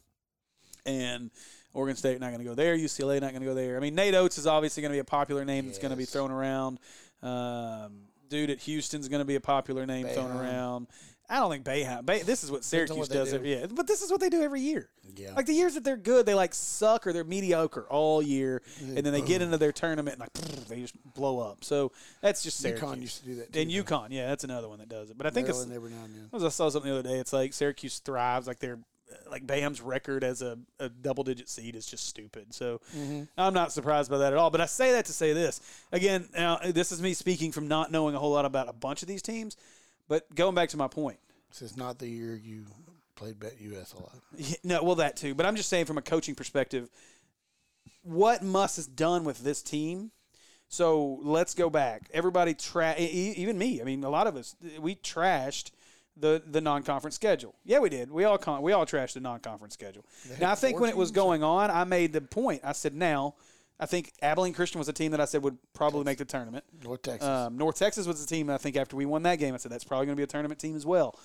and Oregon State not going to go there. UCLA not going to go there. I mean, Nate Oates is obviously going to be a popular name that's going to be
Yes.
thrown around. Um, dude at Houston's going to be a popular name thrown
Boeheim.
around. I don't think Bayham. Bay, this is what
on
Syracuse
what they
does.
do.
Every, yeah, but this is what they do every year.
yeah.
Like the years that they're good, they like suck or they're mediocre all year, and then they
[CLEARS THROAT]
get into their tournament and like [LAUGHS] they just blow up. So that's just Syracuse.
UConn used to do that. Too,
and UConn, yeah, that's another one that does it. But I think it's
Maryland every now and then.
I was- I saw something the other day. It's like Syracuse thrives. Like their like Bam's record as a, a double digit seed is just stupid. So I'm not surprised by that at all. But I say that to say this again. Now this is me speaking from not knowing a whole lot about a bunch of these teams. But going back to my point,
This is not the year you played Bet US a lot.
Yeah, no, well that too. But I'm just saying from a coaching perspective, what Muss has done with this team. So let's go back. Everybody, tra- e- e- even me. I mean, a lot of us we trashed the the non conference schedule. Yeah, we did. We all con- we all trashed the non conference schedule. Now I think when it was going on, I made the point. I said now. I think Abilene Christian was a team that I said would probably make the tournament.
North Texas.
Um, North Texas was the team I think after we won that game, I said that's probably going to be a tournament team as well.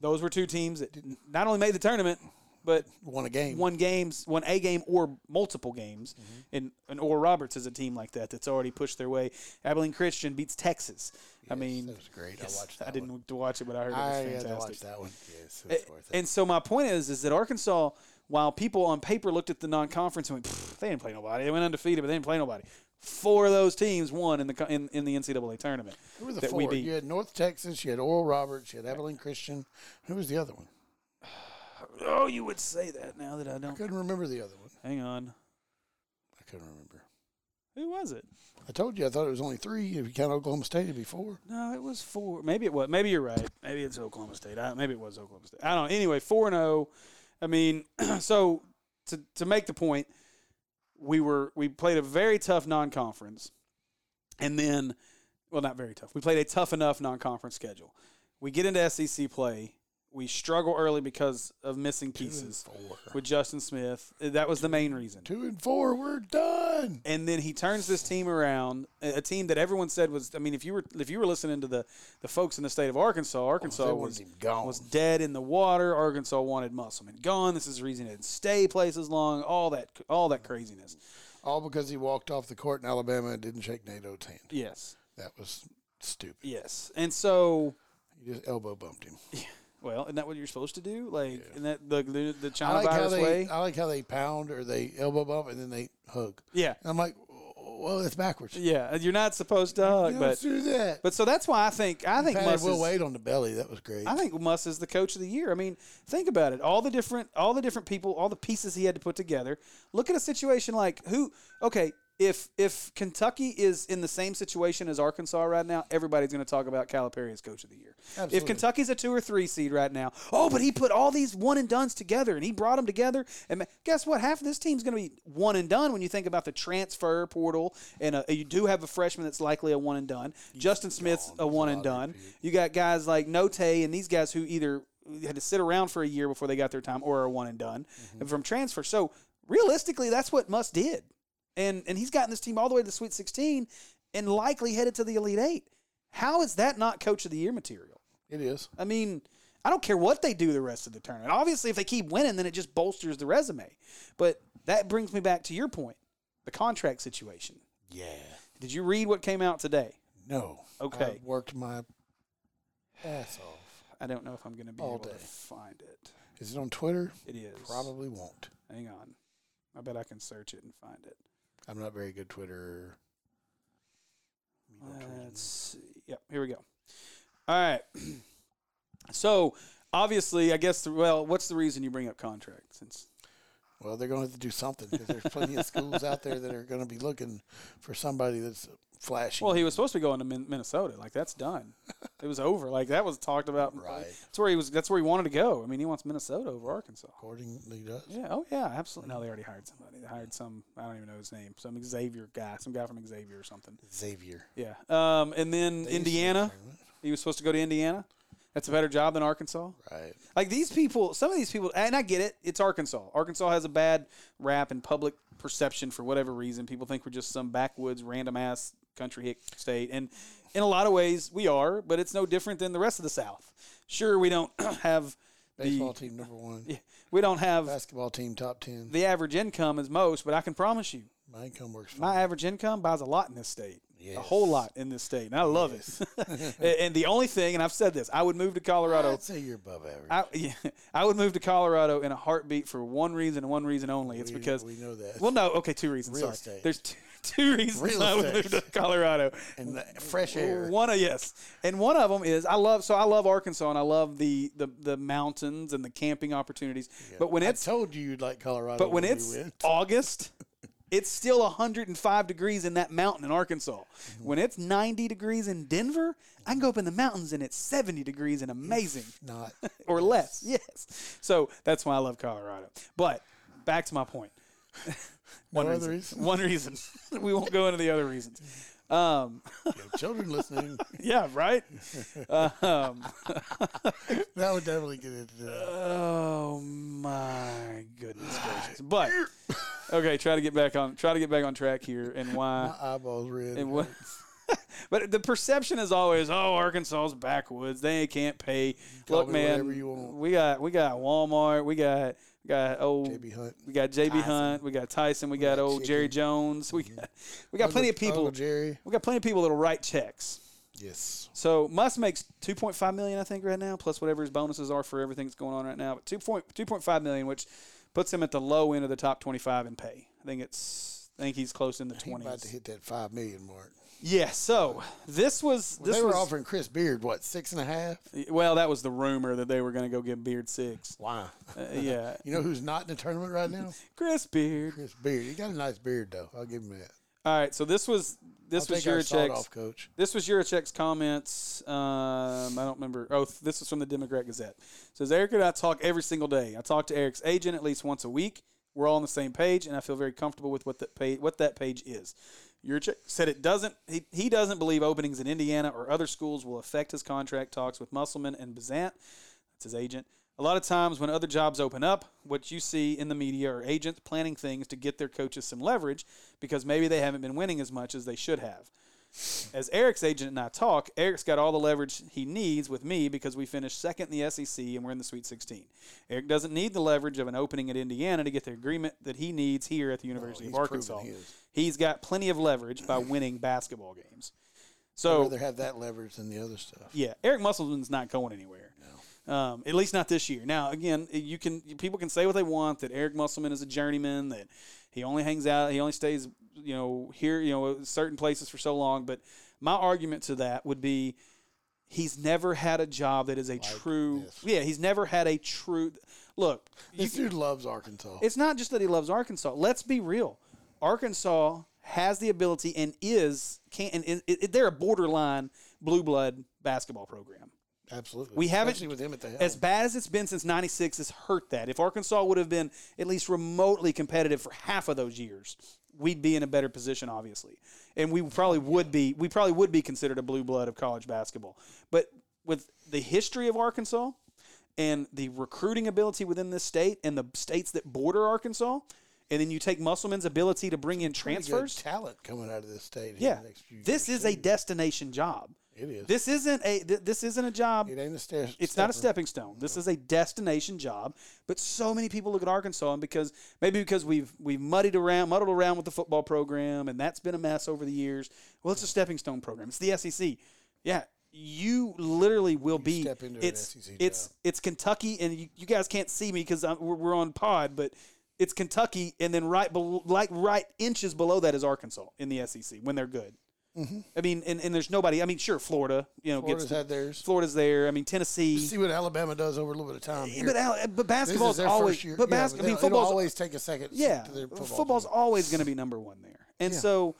Those were two teams that n- not only made the tournament, but
won a game. Mm-hmm.
won games, won a game or multiple games. And and Oral Roberts is a team like that that's already pushed their way. Abilene Christian beats Texas. I mean,
that was great. I watched
I
that
didn't watch it, but I heard it
I
was
had to
fantastic.
watch that one. Yes, it was worth it.
And so my point is, is that Arkansas, while people on paper looked at the non-conference and went, "Pfft, they didn't play nobody. They went undefeated, but they didn't play nobody. Four of those teams won in the co- in, in the NCAA tournament
Who were the
that
four?
we beat.
You had North Texas. You had Oral Roberts. You had Evelyn Christian. Who was the other one?
Oh, you would say that now that I
I
don't.
couldn't remember the other one.
Hang on,
I couldn't remember.
who was it?
I told you I thought it was only three. If you count Oklahoma State, it'd be four.
No, it was four. Maybe it was. Maybe you're right. Maybe it's Oklahoma State. I, maybe it was Oklahoma State. I don't. know. Anyway, four and zero. I mean, [CLEARS THROAT] so to to make the point, we were we played a very tough non-conference, and then, well, not very tough. We played a tough enough non-conference schedule. We get into SEC play. We struggle early because of missing pieces with Justin Smith. That was the main reason.
Two and four. We're done.
and then he turns this team around, a a team that everyone said was. I mean, if you were if you were listening to the the folks in the state of Arkansas,
Oh,
Arkansas
they wanted
was
him gone.
was dead in the water. Arkansas wanted Musselman gone. This is the reason he didn't stay places long. All that all that craziness.
All because he walked off the court in Alabama and didn't shake Nate Oates' hand.
Yes,
That was stupid.
yes, and so.
He just elbow bumped him.
Well, isn't that what you're supposed to do? Like, and that the the, the
I
China
like how
virus
they uh,
way.
I like how they pound or they elbow bump and then they hug.
yeah,
And I'm like, well, it's backwards.
yeah. You're not supposed to
You
hug,
don't
but
do that.
but so that's why I think I think
Patted
Muss
Will
is-
Wade on the belly. That was great.
I think Muss is the coach of the year. I mean, think about it. All the different, all the different people, all the pieces he had to put together. Look at a situation like who? Okay, if if Kentucky is in the same situation as Arkansas right now, everybody's going to talk about Calipari as coach of the year. If
Absolutely.
Kentucky's a two or three seed right now, oh, but he put all these one and duns together, and he brought them together. And ma- guess what? Half of this team's going to be one and done when you think about the transfer portal, and uh you do have a freshman that's likely a one and done. Justin Smith's a one and done. You got guys like Note and these guys who either had to sit around for a year before they got their time or are one and done from transfer. So realistically, that's what Muss did. And and he's gotten this team all the way to the Sweet 16 and likely headed to the Elite 8. How is that not coach of the year material?
it is.
I mean, I don't care what they do the rest of the tournament. Obviously, if they keep winning, then it just bolsters the resume. But that brings me back to your point, the contract situation.
Yeah.
Did you read what came out today?
No.
Okay.
I worked my ass off.
I don't know if I'm going to be
All
able to
day.
find it.
Is it on Twitter?
It is.
Probably won't.
Hang on. I bet I can search it and find it.
I'm not very good Twitter. You know, Twitter.
Let's see. Yep, here we go. All right. [CLEARS THROAT] So obviously, I guess. The, well, what's the reason you bring up contract? Since
Well, they're going to have to do something because there's plenty of schools out there that are going to be looking for somebody that's flashy.
Well, he was supposed to be going to Min- Minnesota. Like that's done. it was over. Like that was talked about.
Right.
That's where he was. That's where he wanted to go. I mean, he wants Minnesota over Arkansas.
Accordingly, does
Yeah. Oh yeah. Absolutely. No, they already hired somebody. They hired some. I don't even know his name. Some Xavier guy. Some guy from Xavier or something.
Xavier.
Yeah. Um. And then
They used to-
Indiana. He was supposed to go to Indiana. That's a better job than Arkansas.
Right.
Like these people, some of these people, and I get it. It's Arkansas. Arkansas has a bad rap in public perception for whatever reason. People think we're just some backwoods, random ass country hick state, and in a lot of ways we are. But it's no different than the rest of the South. Sure, we don't [CLEARS THROAT] have
Baseball
the
team number one.
we don't have
Basketball team top ten.
the average income as most, but I can promise you,
My income works fine.
my average income buys a lot in this state. A
Yes.
whole lot in this state, and I love it. [LAUGHS] And- and the only thing, and I've said this, I would move to Colorado
I'd say you're above average.
I, [LAUGHS] yeah, I would move to Colorado in a heartbeat for one reason and one reason only. It's
We-
because,
we know that.
well, no, okay, two reasons.
Real
sorry.
estate.
There's two, [LAUGHS] two reasons
Real
I would move
estate.
to Colorado.
and the fresh air.
One of yes, and one of them is I love. So I love Arkansas and I love the the, the mountains and the camping opportunities. But when
I
it's
told you you'd like Colorado.
but when
we
it's
went. [LAUGHS]
August, it's still 105 degrees in that mountain in Arkansas.
Mm-hmm.
When it's 90 degrees in Denver, I can go up in the mountains and it's 70 degrees and amazing [LAUGHS]
not
or less. Yes. So that's why I love Colorado. But back to my point. One
one other
reason.
reason.
One reason. [LAUGHS] we won't go into the other reasons. Um, [LAUGHS]
You have children listening, [LAUGHS]
yeah, right? Um,
that would definitely get uh, into
[LAUGHS]
that.
oh my goodness gracious. But okay, try to get back on try to get back on track here and why
My eyeballs red.
and what [LAUGHS] But the perception is always, oh, Arkansas's backwoods. They can't pay.
call
Look,
me
man,
whatever you want.
we got we got Walmart. We got we got old
JB Hunt.
We got JB Hunt. We got Tyson. We, got,
got
old
Chicken.
Jerry Jones. We got, we got plenty of people.
Oh, Jerry.
we got plenty of people that'll write checks.
Yes.
So Musk makes 2.5 million, I think, right now, plus whatever his bonuses are for everything that's going on right now. But 2 point, 2.5 million, which puts him at the low end of the top 25 in pay. I think it's. I think he's close in the
He about to
twenties.
hit that five million mark.
Yeah. So this was this
they were
was
offering Chris Beard what six and a half.
well, that was the rumor that they were going to go get Beard six.
Wow.
Uh,
[LAUGHS]
yeah,
You know who's not in the tournament
[LAUGHS]
right now?
Chris Beard.
Chris Beard. He got a nice beard though. I'll give him that.
All right. So this was
I'll
this was
take our
your
sawed
checks.
off coach.
This was Yurichek's comments. Um, I don't remember. Oh, th- this is from the Democrat Gazette. Says Eric and I talk every single day. I talk to Eric's agent at least once a week. We're all on the same page, and I feel very comfortable with what that page what that page is. Yurichek said it doesn't. He, he doesn't believe openings in Indiana or other schools will affect his contract talks with Musselman and Bazant. That's his agent. A lot of times when other jobs open up, what you see in the media are agents planning things to get their coaches some leverage because maybe they haven't been winning as much as they should have as Eric's agent and I talk, Eric's got all the leverage he needs with me because we finished second in the SEC and we're in the Sweet 16. Eric doesn't need the leverage of an opening at Indiana to get the agreement that he needs here at the University
he's
of Arkansas.
proven his.
He's got plenty of leverage by winning basketball games.
I'd
So
rather have that leverage than the other stuff.
yeah, Eric Musselman's not going anywhere. Um, at least not this year. Now, again, you can people can say what they want that Eric Musselman is a journeyman, that he only hangs out, he only stays, you know, here, you know, certain places for so long. But my argument to that would be, he's never had a job that is a true.
this.
Yeah, he's never had a true. Look, you
This dude loves Arkansas.
it's not just that he loves Arkansas. Let's be real. Arkansas has the ability and is can and it, it, they're a borderline blue blood basketball program.
Absolutely.
We haven't-
Especially with him at the helm.
As bad as it's been since 96 has hurt that. If Arkansas would have been at least remotely competitive for half of those years, we'd be in a better position obviously. And we probably would be we probably would be considered a blue blood of college basketball. But with the history of Arkansas and the recruiting ability within this state and the states that border Arkansas, and then you take Musselman's ability to bring in
Pretty good
transfers.
talent coming out of this state. here
Yeah.
the next few
This
years,
is a
too.
destination job.
It is.
This isn't a th- this isn't a job
it ain't a step.
it's not a stepping stone. This is a destination job. But so many people look at Arkansas and because maybe because we've we've muddied around, muddled around with the football program, and that's been a mess over the years. Well, it's a stepping stone program. It's the SEC. Yeah, you literally will be.
step into an E
it's
SEC
it's it's Kentucky, and you, you guys can't see me because we're, we're on pod, but. It's Kentucky, and then right, bel like right inches below that is Arkansas in the SEC E when they're good. I mean, and, and there's nobody. I mean, sure, Florida, you know,
Mm-hmm. Florida's
gets
had theirs.
Florida's there. I mean, Tennessee.
See what Alabama does over a little bit of time.
Yeah,
Here.
But Al- but
This
basketball's
is their
always
first year.
but
Yeah,
basketball. I
they'll-
mean,
it'll
football's
always take a second.
yeah,
to their football
football's
team.
always going to be number one there, and so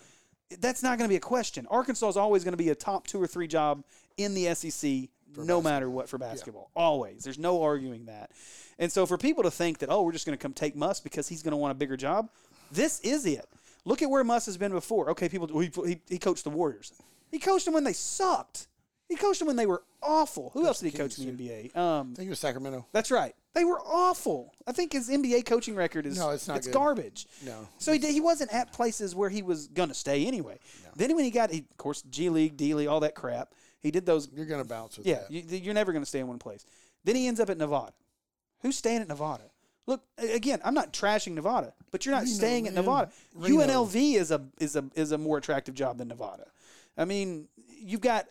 that's not going to be a question. Arkansas is always going to be a top two or three job in the SEC, no matter what for basketball. Always, there's no arguing that. And so for people to think that oh, we're just going to come take Muss because he's going to want a bigger job, this is it. Look at where Muss has been before. Okay, people, he, he, he coached the Warriors. He coached them when they sucked. He coached them when they were awful. Who else did he coach in the NBA? Um,
I think it was Sacramento.
that's right. They were awful. I think his NBA coaching record is
No, it's not good.
garbage.
No.
So he did, he wasn't at places where he was going to stay anyway. Then when he got, he, of course, G League, D League, all that crap. He did those.
You're going to bounce with
Yeah,
that.
you, you're never going to stay in one place. Then he ends up at Nevada. Who's staying at Nevada? Look a- again. I'm not trashing Nevada, but you're not staying at
man.
Nevada.
Reno.
UNLV is a is a is a more attractive job than Nevada. I mean, you've got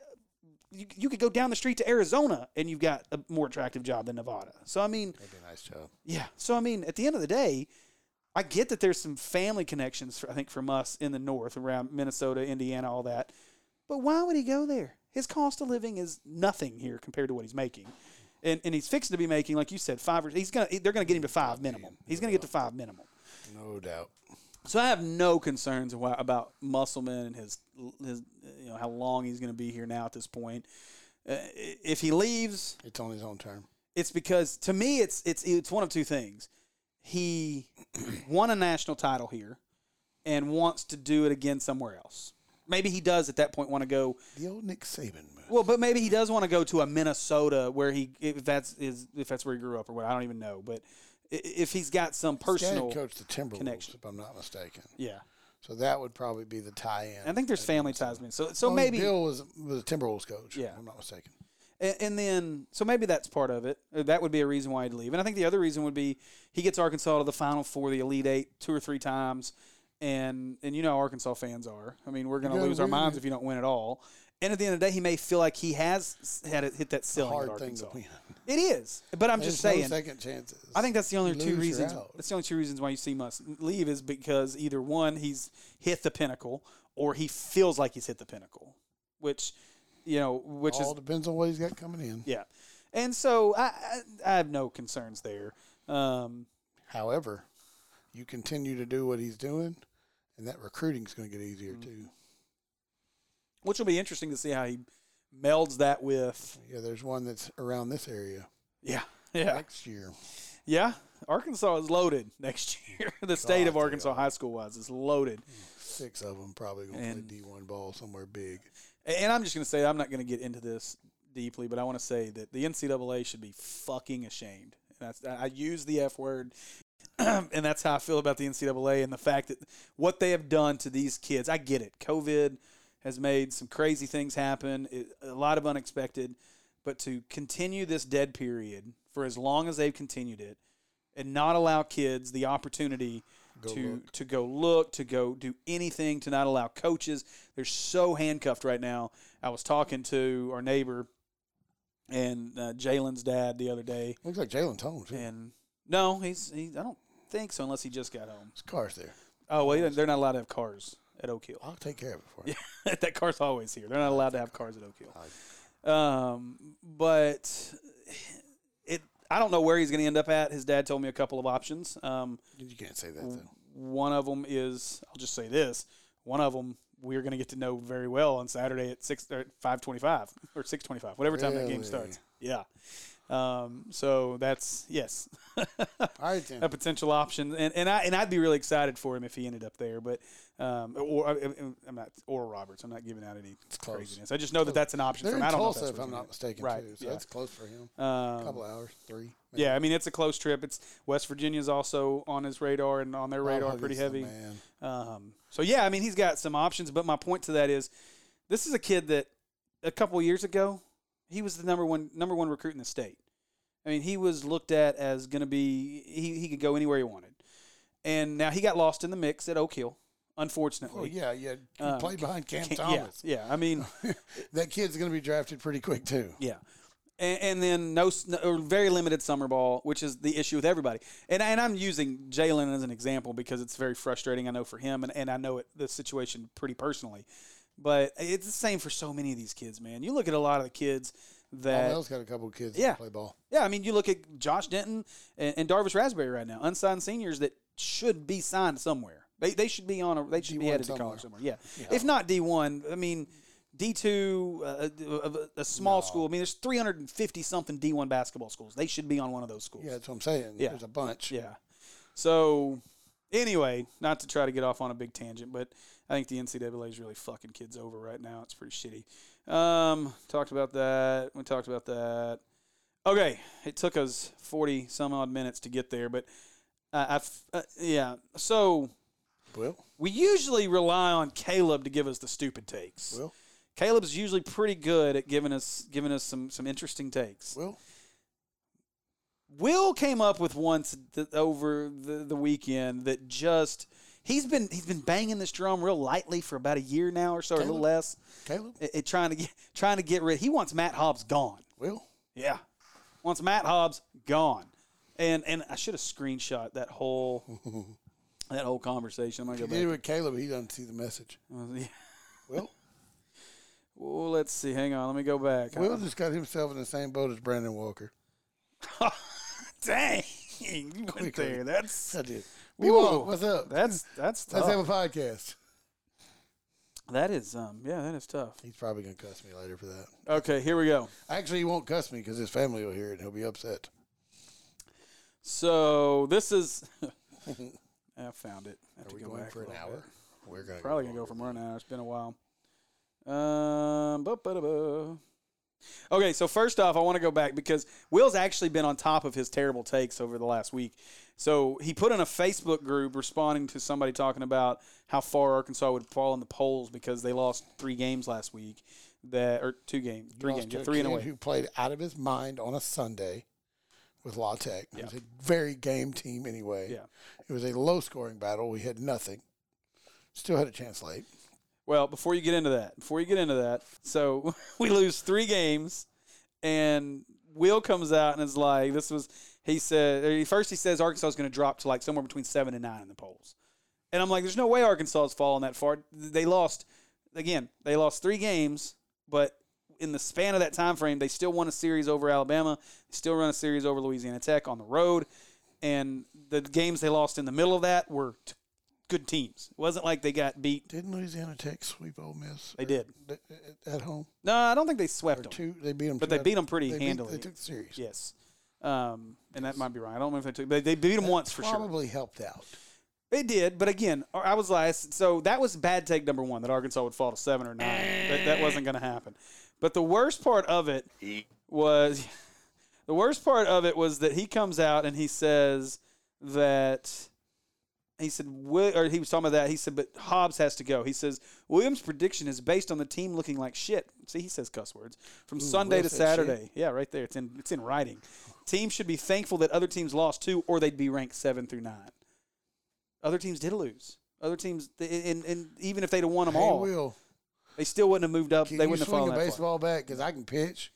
you, you could go down the street to Arizona and you've got a more attractive job than Nevada. So I mean,
That'd be a nice job.
yeah. So I mean, at the end of the day, I get that there's some family connections. For, I think from us in the north around Minnesota, Indiana, all that. But why would he go there? His cost of living is nothing here compared to what he's making, and and he's fixing to be making, like you said, five. Or, he's gonna they're gonna get him to five minimum. He's gonna get to five minimum.
No doubt.
So I have no concerns wa- about Musselman and his his you know how long he's gonna be here now at this point. Uh, i- if he leaves,
It's on his own term.
it's because to me it's it's it's one of two things. He [CLEARS THROAT] won a national title here and wants to do it again somewhere else. Maybe he does at that point want to go
The old Nick Saban move.
well, but maybe he does want to go to a Minnesota where he if that's is if that's where he grew up or what I don't even know, but i- if he's got some personal
Dad coached the Timberwolves,
connection.
if I'm not mistaken.
yeah.
So that would probably be the tie-in.
I think there's family ties in. So so
Only
maybe
Bill was, was a Timberwolves coach.
Yeah.
if I'm not mistaken.
And, and then, so maybe that's part of it. Uh, That would be a reason why he'd leave. And I think the other reason would be he gets Arkansas to the Final Four, the Elite Eight, two or three times. And and you know how Arkansas fans are. I mean, we're going to
gotta
lose our
win.
minds if you don't win at all. And at the end of the day, he may feel like he has s- had it, hit that ceiling. at
Hard thing
Arkansas.
to win.
It is, but I'm just
There's no
saying.
second chances.
I think that's the only two
Lose,
reasons.
you're out.
That's the only two reasons why you see Musk leave is because either one he's hit the pinnacle, or he feels like he's hit the pinnacle, which you know, which is
all depends on what he's got coming in.
yeah, and so I I, I have no concerns there. Um,
However, you continue to do what he's doing, and that recruiting's going to get easier
Mm-hmm.
too.
which will be interesting to see how he melds that with
Yeah, there's one that's around this area
yeah yeah
next year.
yeah. Arkansas is loaded [LAUGHS] next year. the state of
God, they
Arkansas high school wise is loaded,
Six of them probably going to
And-
play D1 ball somewhere big.
A- and I'm just gonna say I'm not gonna get into this deeply, but I want to say that the NCAA should be fucking ashamed. And that's I I use the F word. [CLEARS THROAT] and that's how I feel about the NCAA and the fact that what they have done to these kids. I get it. COVID has made some crazy things happen, it, a lot of unexpected, but to continue this dead period for as long as they've continued it and not allow kids the opportunity to to go look, to go do anything, to not allow coaches. They're so handcuffed right now. I was talking to our neighbor and uh, Jalen's dad the other day,
Looks like Jalen Tone. too.
and no, he's he, I don't think so unless he just got home.
His car's there.
Oh well, they're not allowed to have cars at Oak Hill. [LAUGHS]
I'll take care of it for you.
that car's always here. They're not allowed to have cars at Oak Hill. Um, but it, I don't know where he's going to end up at. His dad told me a couple of options. Um,
You can't say that though.
one of them is, I'll just say this. One of them we're going to get to know very well on Saturday at six or five twenty-five or six twenty-five, whatever time that game
Really?
starts. Yeah. Um, so that's yes.
All right then.
a potential option, and and I and I'd be really excited for him if he ended up there. But um, or I, I'm not or Roberts. I'm not giving out any
close.
craziness. I just know that that's an option
They're
for
in
him. I don't
Tulsa,
know
if I'm not mistaken,
Right,
too. So
yeah.
that's close for him.
mistaken.
A couple hours, three. maybe.
Um, yeah, I mean it's a close trip. It's West Virginia's also on his radar and on their
Bob
radar
Huggins
pretty
is the
heavy.
man.
Um, so yeah, I mean he's got some options. But my point to that is, this is a kid that a couple years ago he was the number one number one recruit in the state. I mean he was looked at as going to be he he could go anywhere he wanted, and now he got lost in the mix at Oak Hill, unfortunately.
Oh yeah, yeah. He
Um,
played behind Cam
Can't- [LAUGHS] yeah,
Thomas.
yeah. I
[LAUGHS]
mean,
That kid's going to be drafted pretty quick too.
yeah. And, and then no, s- no- or very limited summer ball, which is the issue with everybody. And and I'm using Jalen as an example because it's very frustrating. I know for him, and, and I know it the situation pretty personally. But it's the same for so many of these kids, man. You look at a lot of the kids that
Bonnell's got a couple of kids
Yeah.
that play ball.
yeah, I mean, you look at Josh Denton and, and Darvish Raspberry right now, unsigned seniors that should be signed somewhere. They, they should be on a they should be
D1
headed to college somewhere. Yeah. if not D one, I mean D two, uh, a, a- a small school. I mean, there's 350 something D one basketball schools. They should be on one of those schools.
Yeah, that's what I'm saying.
Yeah.
There's a bunch.
[LAUGHS] Yeah. So, anyway, not to try to get off on a big tangent, but I think the NCAA is really fucking kids over right now. It's pretty shitty. Um, talked about that. We talked about that. Okay, it took us forty some odd minutes to get there, but uh, I, f- uh, yeah. So
Well,
we usually rely on Caleb to give us the stupid takes.
well,
Caleb's usually pretty good at giving us giving us some some interesting takes.
well.
Will came up with once th- over the, the weekend that just he's been he's been banging this drum real lightly for about a year now or so, or a little
Caleb?
less.
Caleb,
It, it trying to get trying to get rid. He wants Matt Hobbs gone.
well,
Yeah, wants Matt Hobbs gone. And and I should have screenshot that [LAUGHS] whole that whole conversation. I'm gonna go
you did it
back.
with Caleb. He doesn't see the message.
Yeah.
Well,
[LAUGHS] Well, let's see. Hang on. Let me go back.
Will just got himself in the same boat as Brandon Walker.
[LAUGHS] Dang, you went there. That's
I did.
Whoa. oh.
Whoa, what's up?
that's that's tough.
Let's have a podcast.
that is um yeah that is tough.
He's probably gonna cuss me later for that.
Okay, here we go.
Actually, he won't cuss me because his family will hear it and he'll be upset. [LAUGHS]
So this is. [LAUGHS] I found it. I have
Are
to
we
go
going
back
for
a
an
little
hour?
bit.
We're gonna
Probably gonna go from right now. It's been a while. Um, ba-ba-da-ba. okay. So first off, I want to go back because Will's actually been on top of his terrible takes over the last week. So he put in a Facebook group responding to somebody talking about how far Arkansas would fall in the polls because they lost three games last week. That or two games, three
Lost
games,
to
yeah, three and
kid
away.
Who played out of his mind on a Sunday with La Tech. It was a very game team anyway.
Yeah.
It was a low scoring battle. We had nothing. Still had a chance late.
Well, before you get into that, before you get into that, so [LAUGHS] we lose three games, and Will comes out and is like, "This was," he said. or he- First, he says Arkansas is going to drop to like somewhere between seven and nine in the polls, and I'm like, "There's no way Arkansas is falling that far." They lost again. They lost three games, but in the span of that time frame, they still won a series over Alabama, they still run a series over Louisiana Tech on the road, and the games they lost in the middle of that were t- good teams. It wasn't like they got beat.
Didn't Louisiana Tech sweep Ole Miss?
They did.
At- At home,
No, I don't think they swept them.
two they beat them,
But they beat them pretty
they beat-
handily.
they took the series.
yes. Um, and that might be right. I don't know if they took, but they beat them once for sure.
probably helped out.
They did, but again, uh, I was last. So that was bad take number one that Arkansas would fall to seven or nine. that, that wasn't going to happen. But the worst part of it was [LAUGHS] the worst part of it was that he comes out and he says that he said Wi- or he was talking about that. He said, but Hobbs has to go. He says Williams' prediction is based on the team looking like shit. See, he says cuss words from Sunday
Will
to
said
Saturday. Yeah, right there. It's in it's in writing. Teams should be thankful that other teams lost too, or they'd be ranked seven through nine other teams did lose. Other teams, and, and even if they'd have won them
Hey,
all,
Will,
they still wouldn't have moved up.
can
they
you
wouldn't have
swing
fallen
a
that far.
baseball bat? Because I can pitch,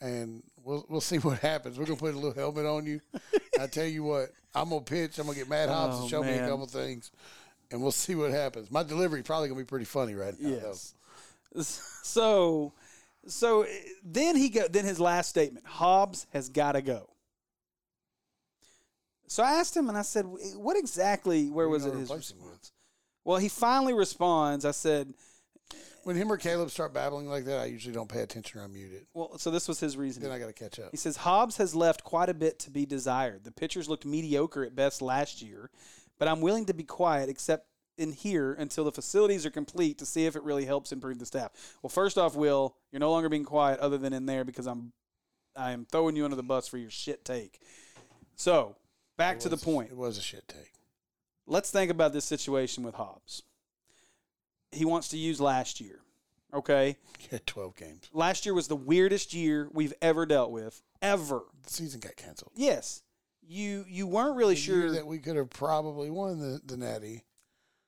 and we'll we'll see [LAUGHS] what happens. We're gonna put a little helmet on you. I tell you what, I'm gonna pitch. I'm gonna get Matt Hobbs
Oh,
to show me
man.
a couple things, and we'll see what happens. My delivery probably gonna be pretty funny right now. though.
Yes. [LAUGHS] So, so eh, then he go. Then his last statement: Hobbs has got to go. So I asked him, and I said, "Wh- "What exactly? Where
Who
was
you
it?"
gonna
His
replace him with?
response. Well, he finally responds. I said,
When him or Caleb start battling like that, I usually don't pay attention or I mute it.
"Well, so this was his reasoning."
Then I gotta catch up.
He says Hobbs has left quite a bit to be desired. The pitchers looked mediocre at best last year, but I'm willing to be quiet except in here until the facilities are complete to see if it really helps improve the staff. Well, first off, Will, you're no longer being quiet other than in there because I'm I am throwing you under the bus for your shit take. So, back to the point.
It was a shit take. [LAUGHS]
Let's think about this situation with Hobbs. He wants to use last year. Okay?
He had 12 games.
Last year was the weirdest year we've ever dealt with ever.
The season got canceled.
Yes. You you weren't really
The
sure
year that we could have probably won the, the Natty.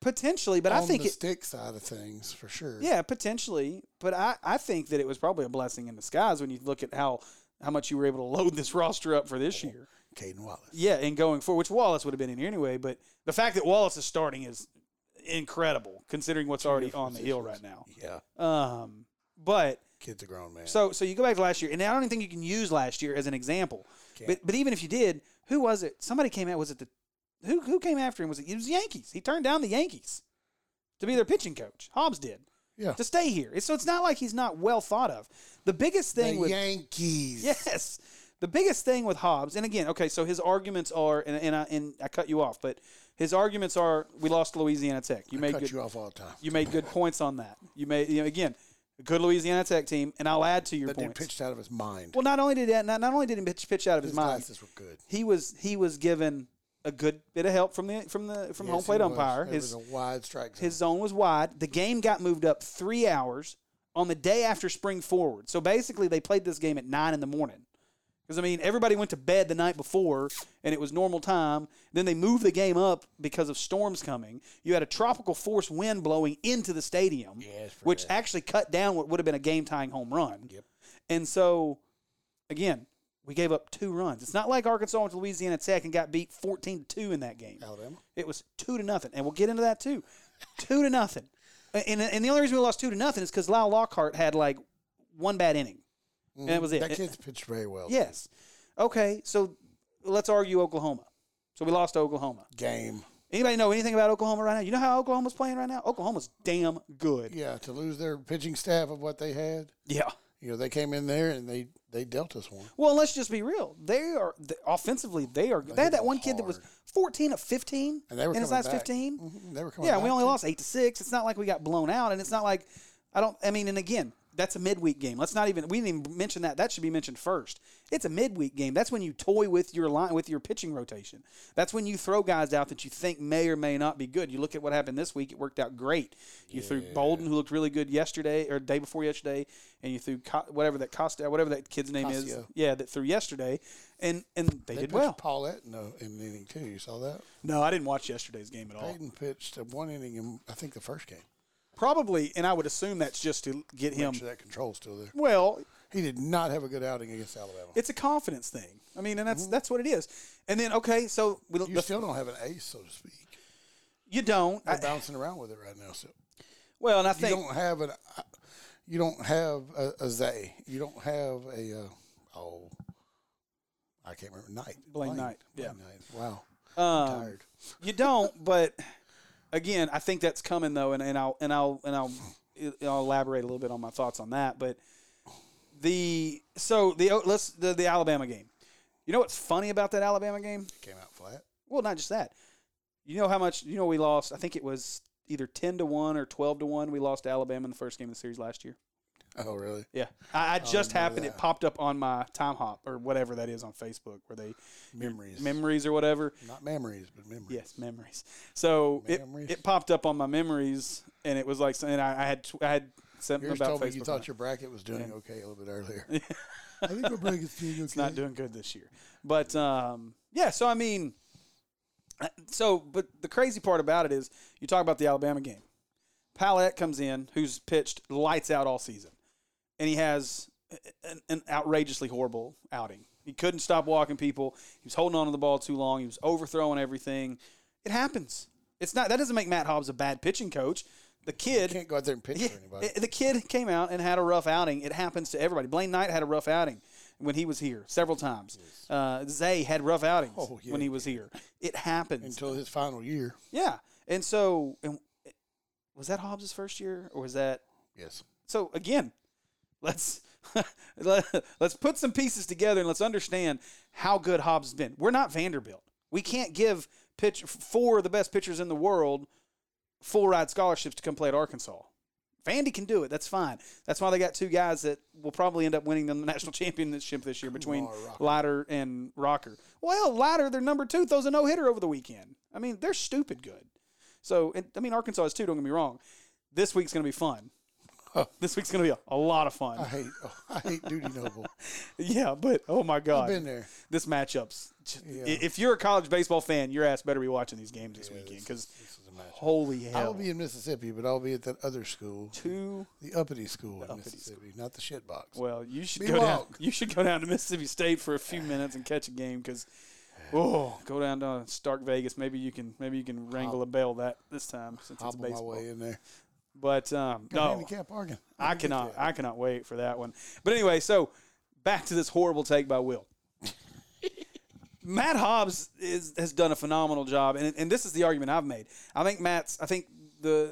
potentially, but I
on
think
the
it
stick side of things for sure.
yeah, potentially, but I I think that it was probably a blessing in disguise when you look at how how much you were able to load this [LAUGHS] roster up for this year.
Caden Wallace.
Yeah, and going forward, which Wallace would have been in here anyway, but the fact that Wallace is starting is incredible considering what's already on the hill right now.
Yeah,
Um, but
kid's a grown man.
so so you go back to last year, and I don't even think you can use last year as an example.
Can't.
But but even if you did, who was it? Somebody came out. Was it the who who came after him? Was it it was the Yankees? He turned down the Yankees to be their pitching coach. Hobbs did
yeah,
to stay here. It's- So it's not like he's not well thought of. The biggest thing
the
with [LAUGHS]
Yankees.
Yes. The biggest thing with Hobbs, and again, okay, so his arguments are, and, and I and I cut you off, but his arguments are, we lost to Louisiana Tech. You made
cut
good,
you off all the time.
you made good points on that. You made, you know, again, a good Louisiana Tech team, and I'll add to your
That dude
points.
pitched out of his mind.
Well, not only did that, not, not only did he pitch, pitch out of his,
his
mind,
glasses were good.
he was he was given a good bit of help from the from the from
Yes,
home
he
plate
was.
umpire.
There
His
was a wide strike zone.
his zone was wide. The game got moved up three hours on the day after spring forward. So basically, they played this game at nine in the morning. Because I mean, everybody went to bed the night before, and it was normal time. Then they moved the game up because of storms coming. You had a tropical force wind blowing into the stadium,
it's pretty
which actually cut down what would have been a game tying home run.
Yep.
And so, again, we gave up two runs. It's not like Arkansas went to Louisiana Tech and got beat fourteen to two in that game.
Alabama.
It was two to nothing, and we'll get into that too. two to nothing, and and the only reason we lost two to nothing is because Lyle Lockhart had like one bad inning, and that was it.
That
And-
kid's pitched very well.
yes, okay. So let's argue Oklahoma. So we lost to Oklahoma.
Game.
Anybody know anything about Oklahoma right now? You know how Oklahoma's playing right now? Oklahoma's damn good.
Yeah, to lose their pitching staff of what they had.
Yeah.
You know, they came in there and they they dealt us one.
Well, let's just be real. They are th- offensively. They are. They, had that one kid that was
hard.
fourteen of fifteen
And they were
in his
coming
last
back.
fifteen.
Mhm, They were coming.
Yeah,
back
we only
too.
lost eight to six. It's not like we got blown out, and it's not like I don't. I mean, and again, that's a midweek game. Let's not even. We didn't even mention that. That should be mentioned first. It's a midweek game. That's when you toy with your line with your pitching rotation. That's when you throw guys out that you think may or may not be good. You look at what happened this week. It worked out great. You threw Bolden, who looked really good yesterday or day before yesterday, and you threw Co- whatever that Costa, whatever that kid's name is.
Casio.
Yeah, that threw yesterday, and and they,
They
did
pitched
well.
Paulette in, the, in an inning too. You saw that.
No, I didn't watch yesterday's game at all.
Peyton pitched a one inning in I think the first game.
Probably, and I would assume that's just to get him.
Make sure that control's still there.
Well,
He did not have a good outing against Alabama.
it's a confidence thing. I mean, and that's that's what it is. And then okay, so we,
Mm-hmm. you
the-
still don't have an ace, so to speak.
you don't.
You're
I-
bouncing around with it right now. So
well, and I
you
think
don't have an. uh, You don't have a, a Zay. You don't have a. Uh, oh, I can't remember. Knight.
Blaine Knight,
Blaine Knight. Wow.
um,
Tired.
you don't. But again, I think that's coming though, and, and I'll and I'll and I'll I'll elaborate a little bit on my thoughts on that. But the so the oh, let's the, the Alabama game. You know what's funny about that Alabama game?
Came out flat.
Well, not just that. You know how much you know we lost. I think it was either ten to one or twelve to one. We lost to Alabama in the first game of the series last year.
Oh, really?
Yeah, I, I just
remember
happened. It
that.
popped up on my time hop or whatever that is on Facebook, where they
Memories.
memories or whatever.
Not memories, but memories.
Yes, memories. So
Memories.
it it popped up on my memories, and it was like, and I, I had tw- I had something
Yours
about
told me
Facebook.
you
on it.
thought your bracket was doing okay a little
[LAUGHS]
bit earlier. I think my bracket's doing okay.
It's not doing good this year, but um, yeah. So I mean, I- so but the crazy part about it is you talk about the Alabama game. Palette comes in, who's pitched lights out all season, and he has an, an outrageously horrible outing. He couldn't stop walking people. He was holding on to the ball too long. He was overthrowing everything. It happens. It's not that doesn't make Matt Hobbs a bad pitching coach. The kid
Can't go out there and pitch for anybody.
it- eh, the kid came out and had a rough outing. It happens to everybody. Blaine Knight had a rough outing when he was here several times. Uh, Zay had rough outings
Oh, yeah.
when he was here. It happens.
until his final year.
yeah. And so, and eh, was that Hobbs' first year or was that?
Yes.
So again, [LAUGHS] let's [LAUGHS] let, let's put some pieces together and let's understand how good Hobbs has been. We're not Vanderbilt. We can't give pitch four of the best pitchers in the world full ride scholarships to come play at Arkansas. Vandy can do it. That's fine. That's why they got two guys that will probably end up winning them the [LAUGHS] national championship this year between
on, Rocker.
Leiter and Rocker. Well, Leiter, their number two, throws a no hitter over the weekend. I mean, they're stupid good. So, and, I mean, Arkansas is too. Don't get me wrong. This week's going to be fun. This week's going to be a, a lot of fun.
[LAUGHS] I hate oh, I hate Duty Noble.
yeah, but oh my god,
I've been there.
this matchups. j- i- If you're a college baseball fan, your ass better be watching these games this weekend because
This is a match.
holy
I'll
hell,
be in Mississippi, but I'll be at that other school,
two.
the uppity school in Mississippi, not the shit box.
Well, you should
Be
go down.
woke.
You should go down to Mississippi State for a few minutes and catch a game because Oh, go down to Stark Vegas. Maybe you can maybe you can wrangle a bell that this time since it's
Hop on my
baseball.
way in there.
But um,
Got a
no,
handicap parking.
I
get
cannot.
that.
I cannot wait for that one. But anyway, so back to this horrible take by Will. Matt Hobbs is, has done a phenomenal job, and and this is the argument I've made. I think Matt's. I think the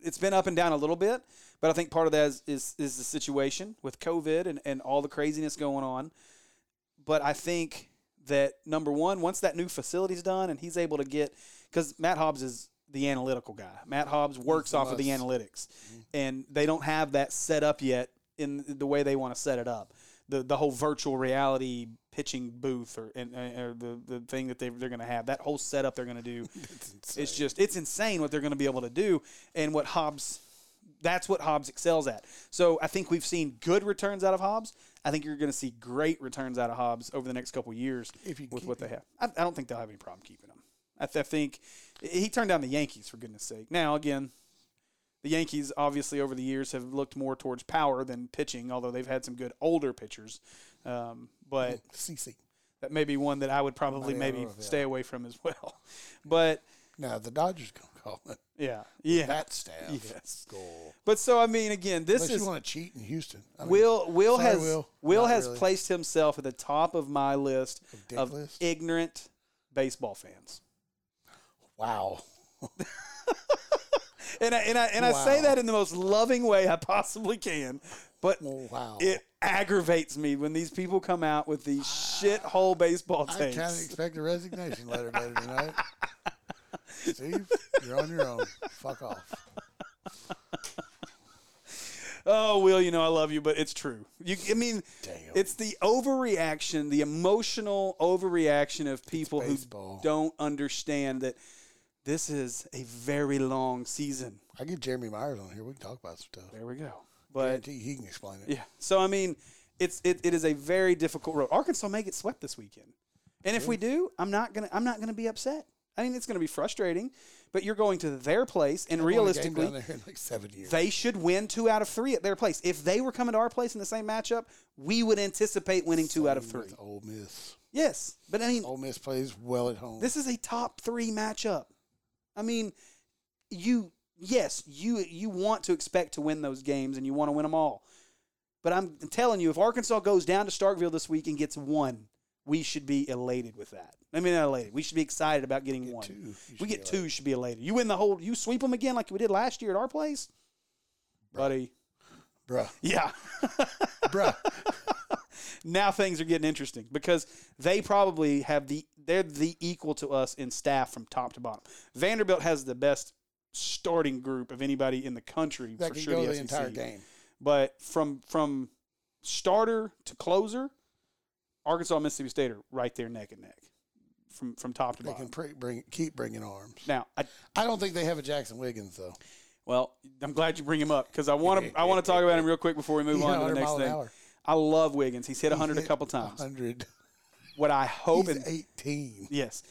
it's been up and down a little bit, but I think part of that is is, is the situation with COVID and, and all the craziness going on. But I think that number one, once that new facility's done and he's able to get, because Matt Hobbs is the analytical guy. Matt Hobbs works
the
off of the
bus. Mm-hmm.
analytics, and they don't have that set up yet in the way they want to set it up. The the whole virtual reality pitching booth or and or the, the thing that they they're going to have that whole setup they're going to
[LAUGHS]
do. it's just it's insane what they're going to be able to do and what Hobbs. That's what Hobbs excels at. So I think we've seen good returns out of Hobbs. I think you're going to see great returns out of Hobbs over the next couple of years
If you
with
keep
what they have. I, I don't think they'll have any problem keeping him. I, th- I think he turned down the Yankees for goodness sake. Now again, the Yankees obviously over the years have looked more towards power than pitching, although they've had some good older pitchers. Um,
[LAUGHS]
but
CC.
that may be one that I would probably
Somebody I
maybe
don't know if they
stay away from as well. [LAUGHS] But
Now the Dodgers gonna call it [LAUGHS]
yeah, yeah,
that staff.
Yes.
Goal.
But so I mean, again, this
Unless
is
you want to cheat in Houston. I mean,
Will. Will
sorry,
has Will,
Will. Not
has
really.
placed himself at the top of my list
dick
of
list?
ignorant baseball fans,
wow.
and I, and I and I say
Wow.
that in the most loving way I possibly can, but
Wow.
it aggravates me when these people come out with these shithole baseball
I kind of
takes.
expect a resignation letter later tonight.
[LAUGHS]
Steve, you're on your own. Fuck off.
Oh, Will, you know I love you, but it's true. You, I mean,
Damn.
it's the overreaction, the emotional overreaction of people who
baseball.
don't understand that this is a very long season.
I get Jeremy Myers on here. We can talk about some stuff.
There we go. But
Guarantee he can explain it.
yeah, so I mean, it's it, it is a very difficult road. Arkansas may get swept this weekend, and if we do, I'm not gonna I'm not gonna be upset. I mean, it's gonna be frustrating, but you're going to their place, and
Haven't won a game
realistically,
down there in like seven years.
they should win two out of three at their place. If they were coming to our place in the same matchup, we would anticipate winning two out of three.
With Ole Miss.
Yes, but I mean,
Ole Miss plays well at home.
this is a top three matchup. I mean, you yes, you you want to expect to win those games and you want to win them all. But I'm telling you, if Arkansas goes down to Starkville this week and gets one, we should be elated with that. I mean, not elated. We should be excited about getting one.
two, you
we
should
get
be
two, should be elated. You win the whole. You sweep them again like we did last year at our place, buddy.
bruh,
Yeah.
bruh.
now things are getting interesting because they probably have the they're the equal to us in staff from top to bottom. Vanderbilt has the best starting group of anybody in the country
That
for
can
sure. the E
go the
SEC.
entire game.
but from from starter to closer, Arkansas and Mississippi State are right there neck and neck from from top to
They
bottom.
can pre- bring, keep bringing arms.
Now, I,
I don't think they have a Jackson Wiggins though.
well, I'm glad you bring him up because I want
[LAUGHS]
to I want to talk about him real quick before we move
He's
on
got
to the
100
next
mile an
thing.
hour.
I love Wiggins. He's hit
[LAUGHS]
100 a couple times. [LAUGHS]
Hundred.
What I hope
He's
and
eighteen.
Yes.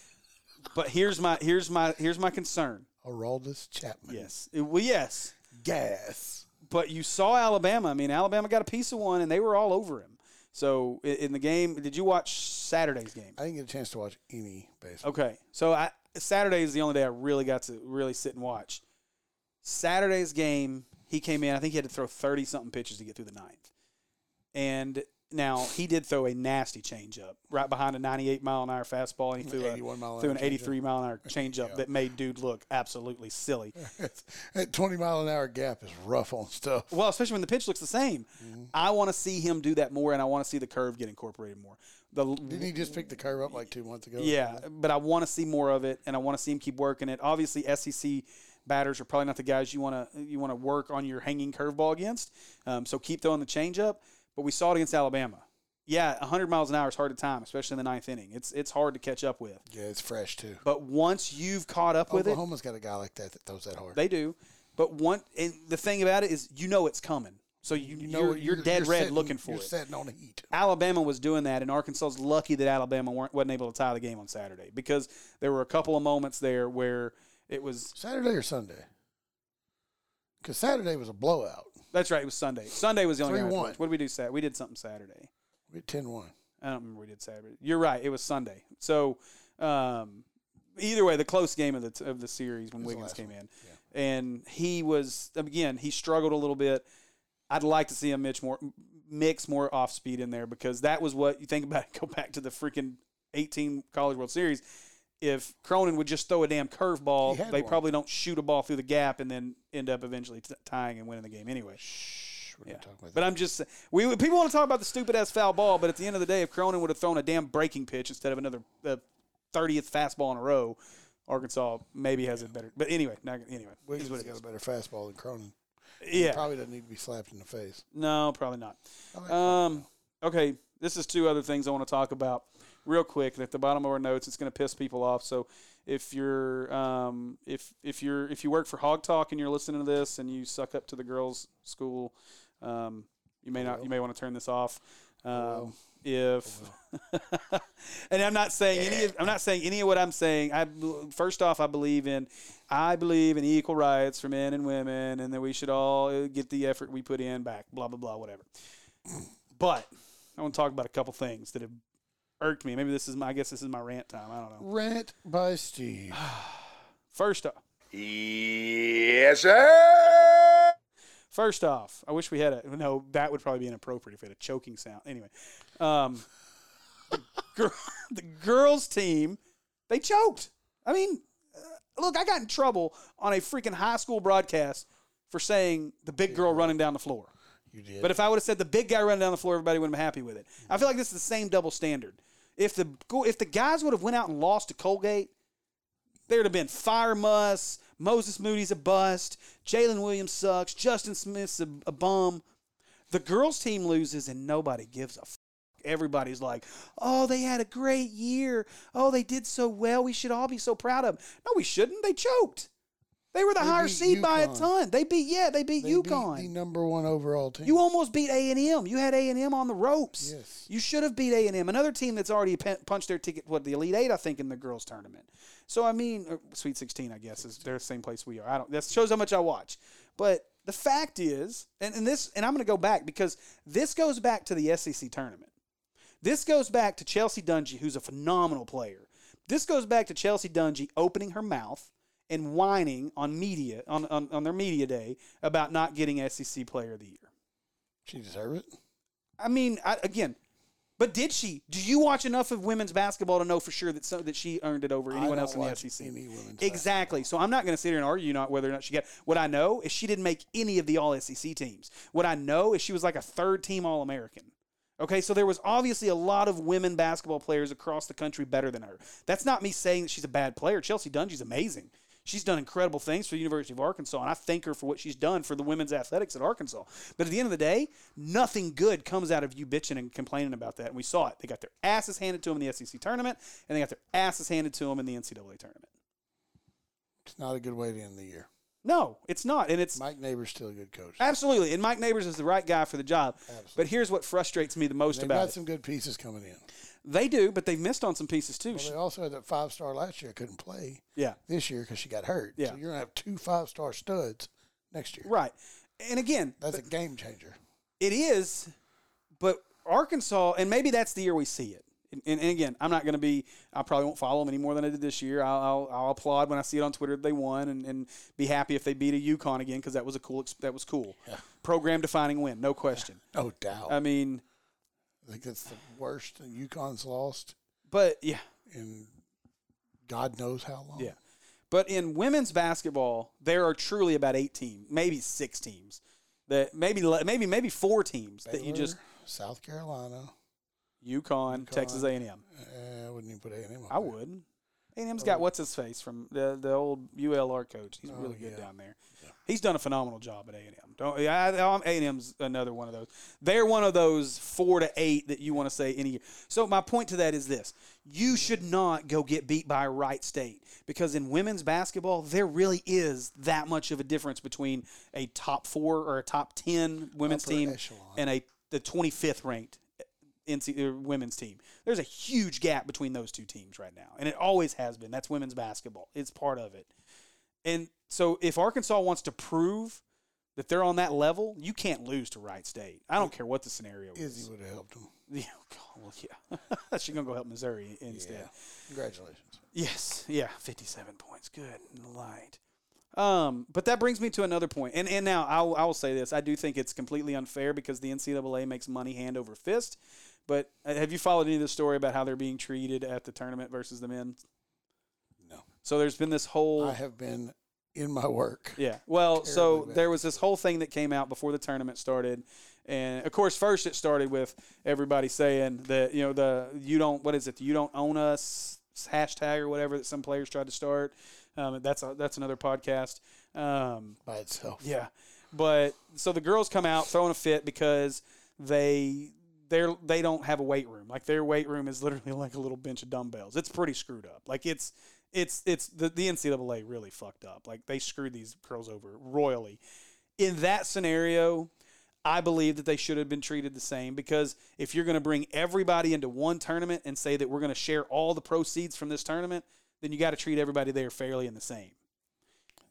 But here's my here's my here's my concern.
Araldus Chapman.
Yes. It- well, yes.
Gas.
But you saw Alabama. I mean, Alabama got a piece of one, and they were all over him. So i- in the game, did you watch Saturday's game?
I didn't get a chance to watch any baseball.
Okay. So I Saturday is the only day I really got to really sit and watch. Saturday's game, he came in. I think he had to throw thirty something pitches to get through the ninth. And now he did throw a nasty changeup right behind a ninety-eight mile an hour fastball, and he threw a
81 mile an
through
hour
an
changeup.
eighty-three mile an hour changeup that made dude look absolutely
[LAUGHS]
silly.
that twenty mile an hour gap is rough on stuff.
Well, especially when the pitch looks the same.
Mm-hmm.
I want to see him do that more, and I want to see the curve get incorporated more. The
Didn't he just pick the curve up like two months ago?
Yeah, but I want to see more of it, and I want to see him keep working it. Obviously, SEC batters are probably not the guys you want to you want to work on your hanging curveball against. Um, so keep throwing the changeup. But we saw it against Alabama. Yeah, 100 miles an hour is hard to time, especially in the ninth inning. It's it's hard to catch up with.
Yeah, it's fresh too.
But once you've caught up with it,
Oklahoma's got a guy like that that throws that hard.
they do. But one and the thing about it is, you know it's coming, so you, you know you're,
it,
you're dead red
sitting-
looking for
you're
it.
setting on heat.
Alabama was doing that, and Arkansas's lucky that Alabama weren't wasn't able to tie the game on Saturday because there were a couple of moments there where it was.
Saturday or Sunday? Because Saturday was a blowout.
That's right, it was Sunday. Sunday was the only game. I
3-1.
watched. What did we do Saturday? We did something Saturday.
We 10 1.
I don't remember what we did Saturday. You're right, it was Sunday. So Um, either way, the close game of the t- of the series when
It was the
Wiggins
last
came
one.
in, and he was again he struggled a little bit. I'd like to see him mix more mix more off speed in there because that was what you think about. It, [LAUGHS] go back to the freaking eighteen College World Series. If Cronin would just throw a damn
He
curveball,
had
they
one.
probably don't shoot a ball through the gap and then end up eventually t- tying and winning the game anyway.
Shh, we're
Yeah.
not talking about
But I'm just we people want to talk about the stupid ass foul ball, but at the end of the day, if Cronin would have thrown a damn breaking pitch instead of another thirtieth fastball in a row, Arkansas maybe has it better. But anyway, not, anyway,
that.
is what
Wiggins
it
got
is.
a better fastball than Cronin.
yeah,
Probably doesn't need to be slapped in the face.
no, probably not.
I like
Um, okay, this is two other things I want to talk about real quick. And at the bottom of our notes, it's going to piss people off. So if you're um, if if you're if you work for Hog Talk and you're listening to this and you suck up to the girls' school, um, you may not you may want to turn this off. Um, if [LAUGHS] and I'm not saying any of, I'm not saying any of what I'm saying. I bel- first off, I believe in I believe in equal rights for men and women, and that we should all uh, get the effort we put in back. Blah blah blah, whatever. But I want to talk about a couple things that have irked me. Maybe this is my I guess this is my rant time. I don't know.
Rant by Steve.
First off,
Yes, sir.
First off, I wish we had a no. That would probably be inappropriate if we had a choking sound. Anyway, um, the, gir- [LAUGHS] the girls' team they choked. I mean, uh, look, I got in trouble on a freaking high school broadcast for saying the big girl running down the floor.
You did.
But if I would have said the big guy running down the floor, everybody would have been happy with it. I feel like this is the same double standard. If the go- if the guys would have went out and lost to Colgate, there'd have been fire muss. Moses Moody's a bust. Jalen Williams sucks. Justin Smith's a, a bum. The girls' team loses and nobody gives a. F- Everybody's like, "Oh, they had a great year. Oh, they did so well. We should all be so proud of." 'em." No, we shouldn't. They choked. They were the
They
higher
beat
seed by a
UConn.
ton. They beat yeah, they beat
They beat
UConn.
the number one overall team.
You almost beat A and M. You had A and M on the ropes.
Yes.
You should have beat A and M, another team that's already pe- punched their ticket. What the Elite Eight, I think, in the girls' tournament. So I mean, or Sweet Sixteen, I guess, is they're the same place we are. I don't. That shows how much I watch. But the fact is, and, and this, and I'm going to go back because this goes back to the SEC tournament. This goes back to Chelsea Dungy, who's a phenomenal player. This goes back to Chelsea Dungy opening her mouth and whining on media on, on, on their media day about not getting SEC Player of the Year.
she deserve it.
I mean, I, again, but did she? Do you watch enough of women's basketball to know for sure that so, that she earned it over
I
anyone
don't
else in the
watch
SEC?
any women's
exactly. So I'm not going to sit here and argue not whether or not she got. What I know is she didn't make any of the All SEC teams. What I know is she was like a third team All American. Okay, so there was obviously a lot of women basketball players across the country better than her. That's not me saying that she's a bad player. Chelsea Dungy's amazing. She's done incredible things for the University of Arkansas, and I thank her for what she's done for the women's athletics at Arkansas. But at the end of the day, nothing good comes out of you bitching and complaining about that. And we saw it. They got their asses handed to them in the SEC tournament, and they got their asses handed to them in the NCAA tournament.
It's not a good way to end the year.
No, it's not. And it's
Mike Neighbor's still a good coach.
absolutely. And Mike Neighbors is the right guy for the job. But here's what frustrates me the most
They've
about
got
it.
some good pieces coming in.
They do, but they've missed on some pieces too.
Well, they also had that five star last year. Couldn't play
yeah.
this year because she got hurt.
Yeah.
So you're gonna have two five star studs next year.
Right. And again,
That's a game changer.
it is, but Arkansas, and maybe that's the year we see it. And, and, and again, I'm not going to be, I probably won't follow them any more than I did this year. I'll, I'll, I'll applaud when I see it on Twitter that they won and, and be happy if they beat a UConn again because that was a cool, ex- that was cool. Program defining win, no question.
No doubt.
I mean,
I think that's the worst that UConn's lost
but yeah,
in God knows how long.
Yeah. But in women's basketball, there are truly about eight teams, maybe six teams, that maybe le- maybe maybe four teams that you
Baylor,
just
South Carolina.
UConn, Texas A and M.
Uh, I wouldn't even put A and M.
I would. A and M's
Oh,
got what's his face from the the old ULR coach. He's really good
yeah.
down there. He's done a phenomenal job at A and M. Don't A and M's another one of those. They're one of those four to eight that you want to say any year. So my point to that is this: you should not go get beat by Wright State because in women's basketball there really is that much of a difference between a top four or a top ten women's
Upper
team
echelon.
and a the twenty fifth ranked NC, uh, women's team. There's a huge gap between those two teams right now, and it always has been. That's women's basketball. It's part of it. And so, if Arkansas wants to prove that they're on that level, you can't lose to Wright State. I don't care what the scenario is.
Izzy would have helped him.
[LAUGHS] Yeah, well, yeah. [LAUGHS] She's gonna go help Missouri instead.
Congratulations.
Yes, yeah, fifty-seven points. Good light. Um, but that brings me to another point, and and now I will, I will say this: I do think it's completely unfair because the NCAA makes money hand over fist. But uh, have you followed any of the story about how they're being treated at the tournament versus the men?
No.
So there's been this whole
I have been in my work.
yeah. Well, so
Terribly bad.
there was this whole thing that came out before the tournament started, and of course, first it started with everybody saying that you know the you don't what is it the you don't own us hashtag or whatever that some players tried to start. Um, that's a, that's another podcast. Um,
By itself.
yeah. But so the girls come out throwing a fit because they they're they don't have a weight room. Like their weight room is literally [LAUGHS] like a little bench of dumbbells. It's pretty screwed up. Like it's it's it's the, the NCAA really fucked up. Like they screwed these girls over royally. In that scenario, I believe that they should have been treated the same because if you're going to bring everybody into one tournament and say that we're going to share all the proceeds from this tournament, then you got to treat everybody there fairly and the same.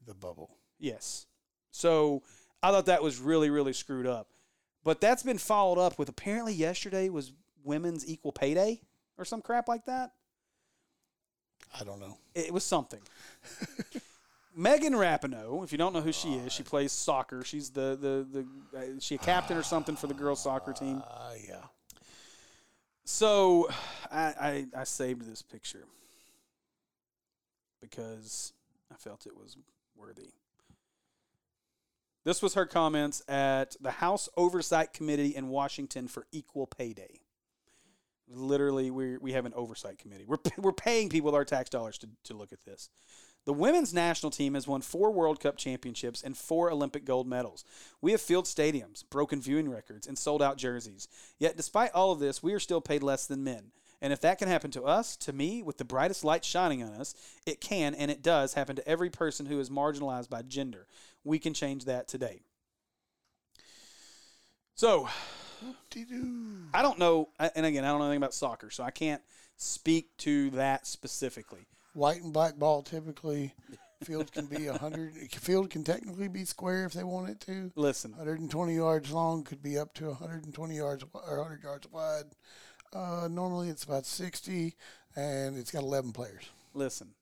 The bubble.
Yes. So I thought that was really, really screwed up. But that's been followed up with apparently yesterday was women's equal pay day or some crap like that.
I don't know.
It was something. Megan Rapinoe, if you don't know who she is, she plays soccer. She's the the the uh, she a captain or something for the girls soccer team.
Uh, yeah.
So I, I I saved this picture because I felt it was worthy. This was her comments at the House Oversight Committee in Washington for Equal Pay Day. Literally, we we have an oversight committee. We're [LAUGHS] we're paying people with our tax dollars to, to look at this. The women's national team has won four World Cup championships and four Olympic gold medals. We have filled stadiums, broken viewing records, and sold out jerseys. Yet, despite all of this, we are still paid less than men. And if that can happen to us, to me, with the brightest light shining on us, it can and it does happen to every person who is marginalized by gender. We can change that today. So,
Whoop-de-doo.
I don't know, and again, I don't know anything about soccer, so I can't speak to that specifically.
White and black ball typically. Field can be a hundred. Field can technically be square if they want it to.
Listen,
120 yards long could be up to 120 yards wi- or 100 yards wide. Uh, normally it's about 60, and it's got 11 players.
Listen,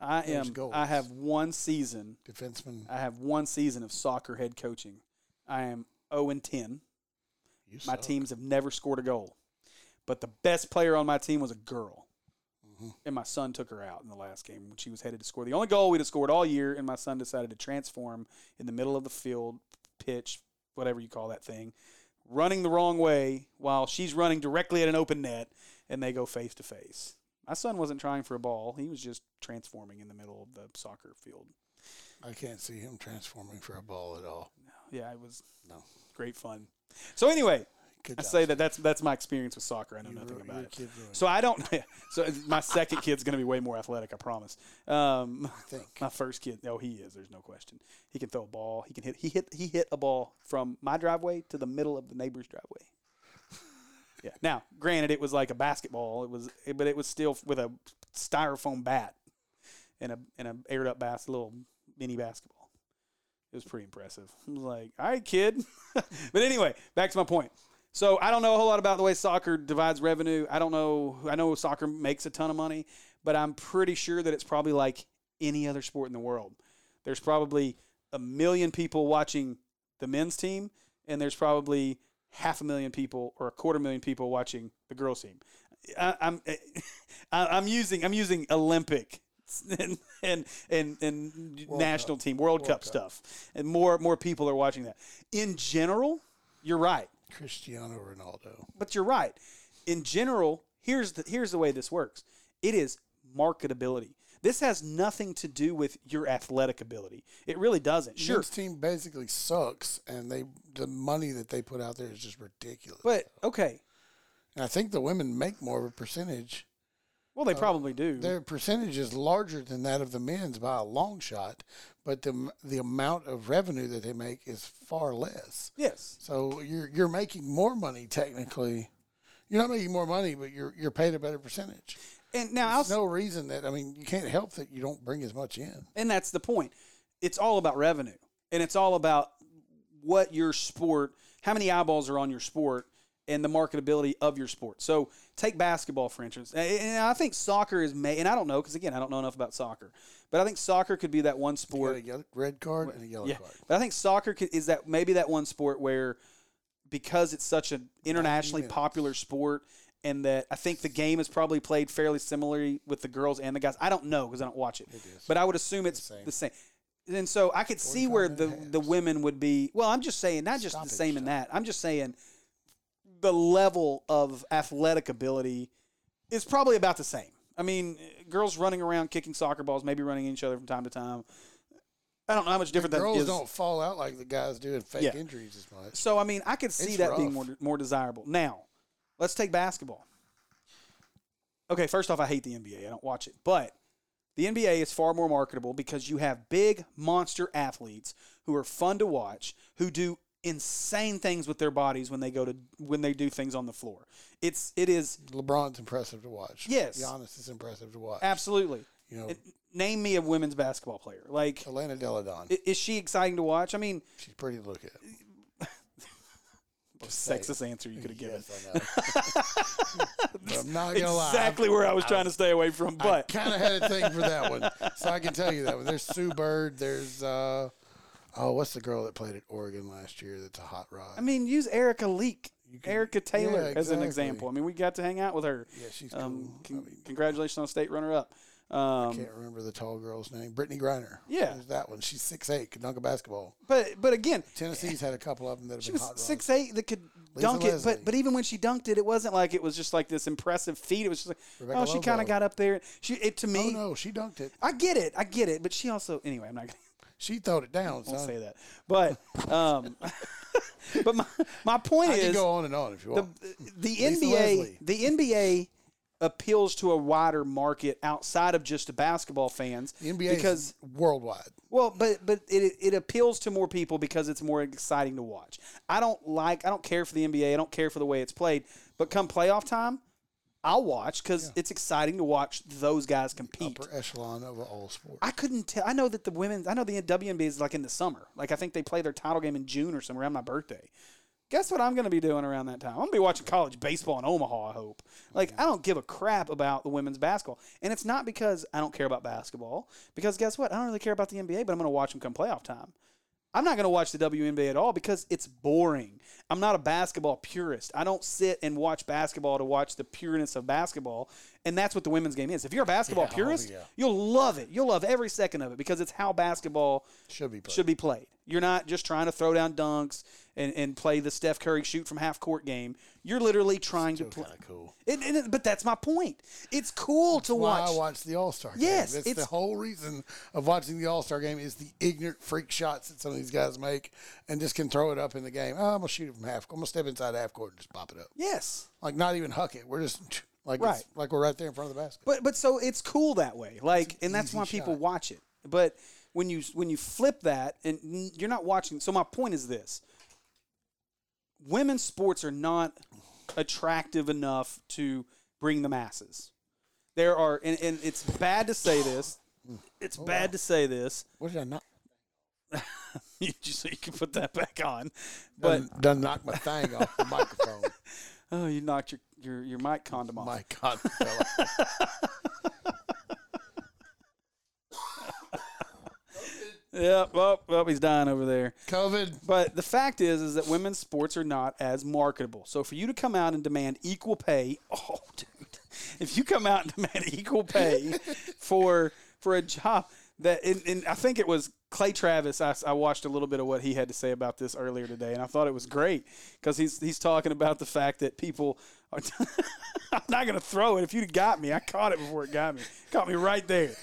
I
There's
am.
goals.
I have one season.
Defenseman,
I have one season of soccer head coaching. I am zero and ten.
you
My
suck.
teams have never scored a goal, but the best player on my team was a girl,
Mhm.
and my son took her out in the last game when she was headed to score the only goal we'd have scored all year. And my son decided to transform in the middle of the field, pitch, whatever you call that thing, running the wrong way while she's running directly at an open net, and they go face to face. My son wasn't trying for a ball; he was just transforming in the middle of the soccer field.
I can't see him transforming for a ball at all.
yeah, it was
No.
great fun. So anyway,
Good
I
job.
say that that's that's my experience with soccer. I know
You
nothing
ru-
about
your
it.
kid ruined
So I don't. [LAUGHS] So my second kid's going to be way more athletic. I promise. Um,
I think.
my first kid, no, he is. There's no question. He can throw a ball. He can hit. He hit. He hit a ball from my driveway to the middle of the neighbor's driveway. Yeah. Now, granted, it was like a basketball. It was, but it was still with a styrofoam bat and a and a aired up bas little mini basketball. It was pretty impressive. I was like, all right, kid. [LAUGHS] but anyway, back to my point. So I don't know a whole lot about the way soccer divides revenue. I don't know. I know soccer makes a ton of money, but I'm pretty sure that it's probably like any other sport in the world. There's probably a million people watching the men's team, and there's probably half a million people or a quarter million people watching the girls' team. I, I'm [LAUGHS] I- I'm using I'm using Olympic [LAUGHS] and and and, and
World
national team World, Cup,
Cup.
stuff, and more more people are watching that. In general, you're right,
Cristiano Ronaldo.
but you're right. In general, here's the here's the way this works. It is marketability. This has nothing to do with your athletic ability. It really doesn't. Sure,
Men's team basically sucks, and they the money that they put out there is just ridiculous.
but okay.
and I think the women make more of a percentage.
Well, they probably do.
Their percentage is larger than that of the men's by a long shot, but the the amount of revenue that they make is far less.
Yes.
So you're you're making more money technically. You're not making more money, but you're you're paid a better percentage.
And now I'll
There's no reason that I mean you can't help that you don't bring as much in.
And that's the point. It's all about revenue, and it's all about what your sport, how many eyeballs are on your sport, and the marketability of your sport. So take basketball for instance, and and I think soccer is may and I don't know because again I don't know enough about soccer, but I think soccer could be that one
You
sport
got a yellow, red card and a yellow
yeah,
card.
but I think soccer c- is that maybe that one sport where because it's such an internationally
minutes.
popular sport, and that I think the game is probably played fairly similarly with the girls and the guys. I don't know because I don't watch it, but I would assume it's
same.
the same. And so I could see where the
45 and a
the
half.
women would be. Well, I'm just saying not just
Stoppage
the same in that. I'm just saying the level of athletic ability is probably about the same. I mean, girls running around kicking soccer balls, maybe running each other from time to time. I don't know how much different that
Girls
is.
don't fall out like the guys do and fake
Yeah.
injuries as much.
So I mean, I could see
It's
that being more
rough.
more desirable. Now, let's take basketball. Okay, first off, I hate the NBA. I don't watch it, but the NBA is far more marketable because you have big monster athletes who are fun to watch, who do insane things with their bodies when they go to when they do things on the floor. It's it is
LeBron's impressive to watch.
Yes.
Giannis is impressive to watch.
absolutely.
You know,
Name me a women's basketball player. Like,
Elena Deladon.
i- is she exciting to watch? I mean,
She's pretty to look at.
sexist answer you could have given.
Yes, I know.
[LAUGHS]
but I'm not gonna lie.
Exactly where I was trying to stay away from,
I
but
kind of had a thing for that one, so I can tell you that one. There's Sue Bird. There's uh, oh, what's the girl that played at Oregon last year? That's a hot rod.
I mean, use Erica Leak, Erica Taylor
yeah,
as an
exactly.
example. I mean, we got to hang out with her.
yeah, she's
Um,
cool.
con- congratulations on state runner-up.
I
Um,
can't remember the tall girl's name. Brittany Griner.
Yeah.
There's that one. She's six eight. Could dunk a basketball.
but but again,
Tennessee's had a couple of them that have
she
been
was
hot rods.
six eight that could dunk it.
Leslie.
But but even when she dunked it, it wasn't like it was just like this impressive feat. It was just like
Rebecca
oh, she kind
Lobo.
of got up there. She it to
Oh
me.
no, she dunked it.
I get it, I get it. But she also anyway. I'm not gonna.
She throwed it down.
I won't
Son.
say that, but
[LAUGHS]
um, [LAUGHS] but my, my point
I can
is
go on and on if you want.
the
Lisa
NBA
Leslie.
the NBA appeals to a wider market outside of just the basketball fans
The, NBA
because
is worldwide.
well but but it it appeals to more people because it's more exciting to watch. I don't like I don't care for the NBA, I don't care for the way it's played, but come playoff time, I'll watch cuz it's exciting to watch those guys compete.
Upper echelon of all sports.
I couldn't tell. I know that the women's, I know the WNBA is like in the summer. Like I think they play their title game in June or somewhere around my birthday. Guess what I'm going to be doing around that time? I'm going to be watching college baseball in Omaha, I hope. Like I don't give a crap about the women's basketball. And it's not because I don't care about basketball, because guess what? I don't really care about the NBA, but I'm going to watch them come playoff time. I'm not going to watch the WNBA at all because it's boring. I'm not a basketball purist. I don't sit and watch basketball to watch the pureness of basketball, and that's what the women's game is. If you're a basketball
Yeah, oh,
purist,
yeah.
you'll love it. You'll love every second of it because it's how basketball
should be played.
should be played. You're not just trying to throw down dunks and, and play the Steph Curry shoot from half court game. You're literally trying to play.
Kind of cool.
And- and- but that's my point. It's cool to
Why
watch.
I watch the All Star game.
Yes,
that's
it's-
the whole reason of watching the All Star game is the ignorant freak shots that some of these guys make and just can throw it up in the game. Oh, I'm gonna shoot it from half. I'm gonna step inside half court and just pop it up.
Yes.
Like not even huck it. We're just like
Right.
it's, like we're right there in front of the basket.
But but so it's cool that way. Like, and that's
easy
why people
shot.
watch it. But when you when you flip that, and n- you're not watching. So my point is this: women's sports are not attractive enough to bring the masses. There are, and, and it's bad to say this. It's
Oh,
bad to say this. [LAUGHS]
What did I knock?
You just- so you can put that back on. But
done, done knocked my thing off
[LAUGHS]
the microphone.
oh, you knocked your your, your mic condom off.
My God, fella.
Yep. Oh, oh, he's dying over there.
COVID.
But the fact is, is that women's sports are not as marketable. So for you to come out and demand equal pay, [LAUGHS] oh, dude, if you come out and demand equal
[LAUGHS]
pay for for a job that, and, and I think it was Clay Travis. I, I watched a little bit of what he had to say about this earlier today, and I thought it was great because he's he's talking about the fact that people are. [LAUGHS] I'm not gonna throw it. If you got me, I caught it before it got me. Caught me right there. [LAUGHS]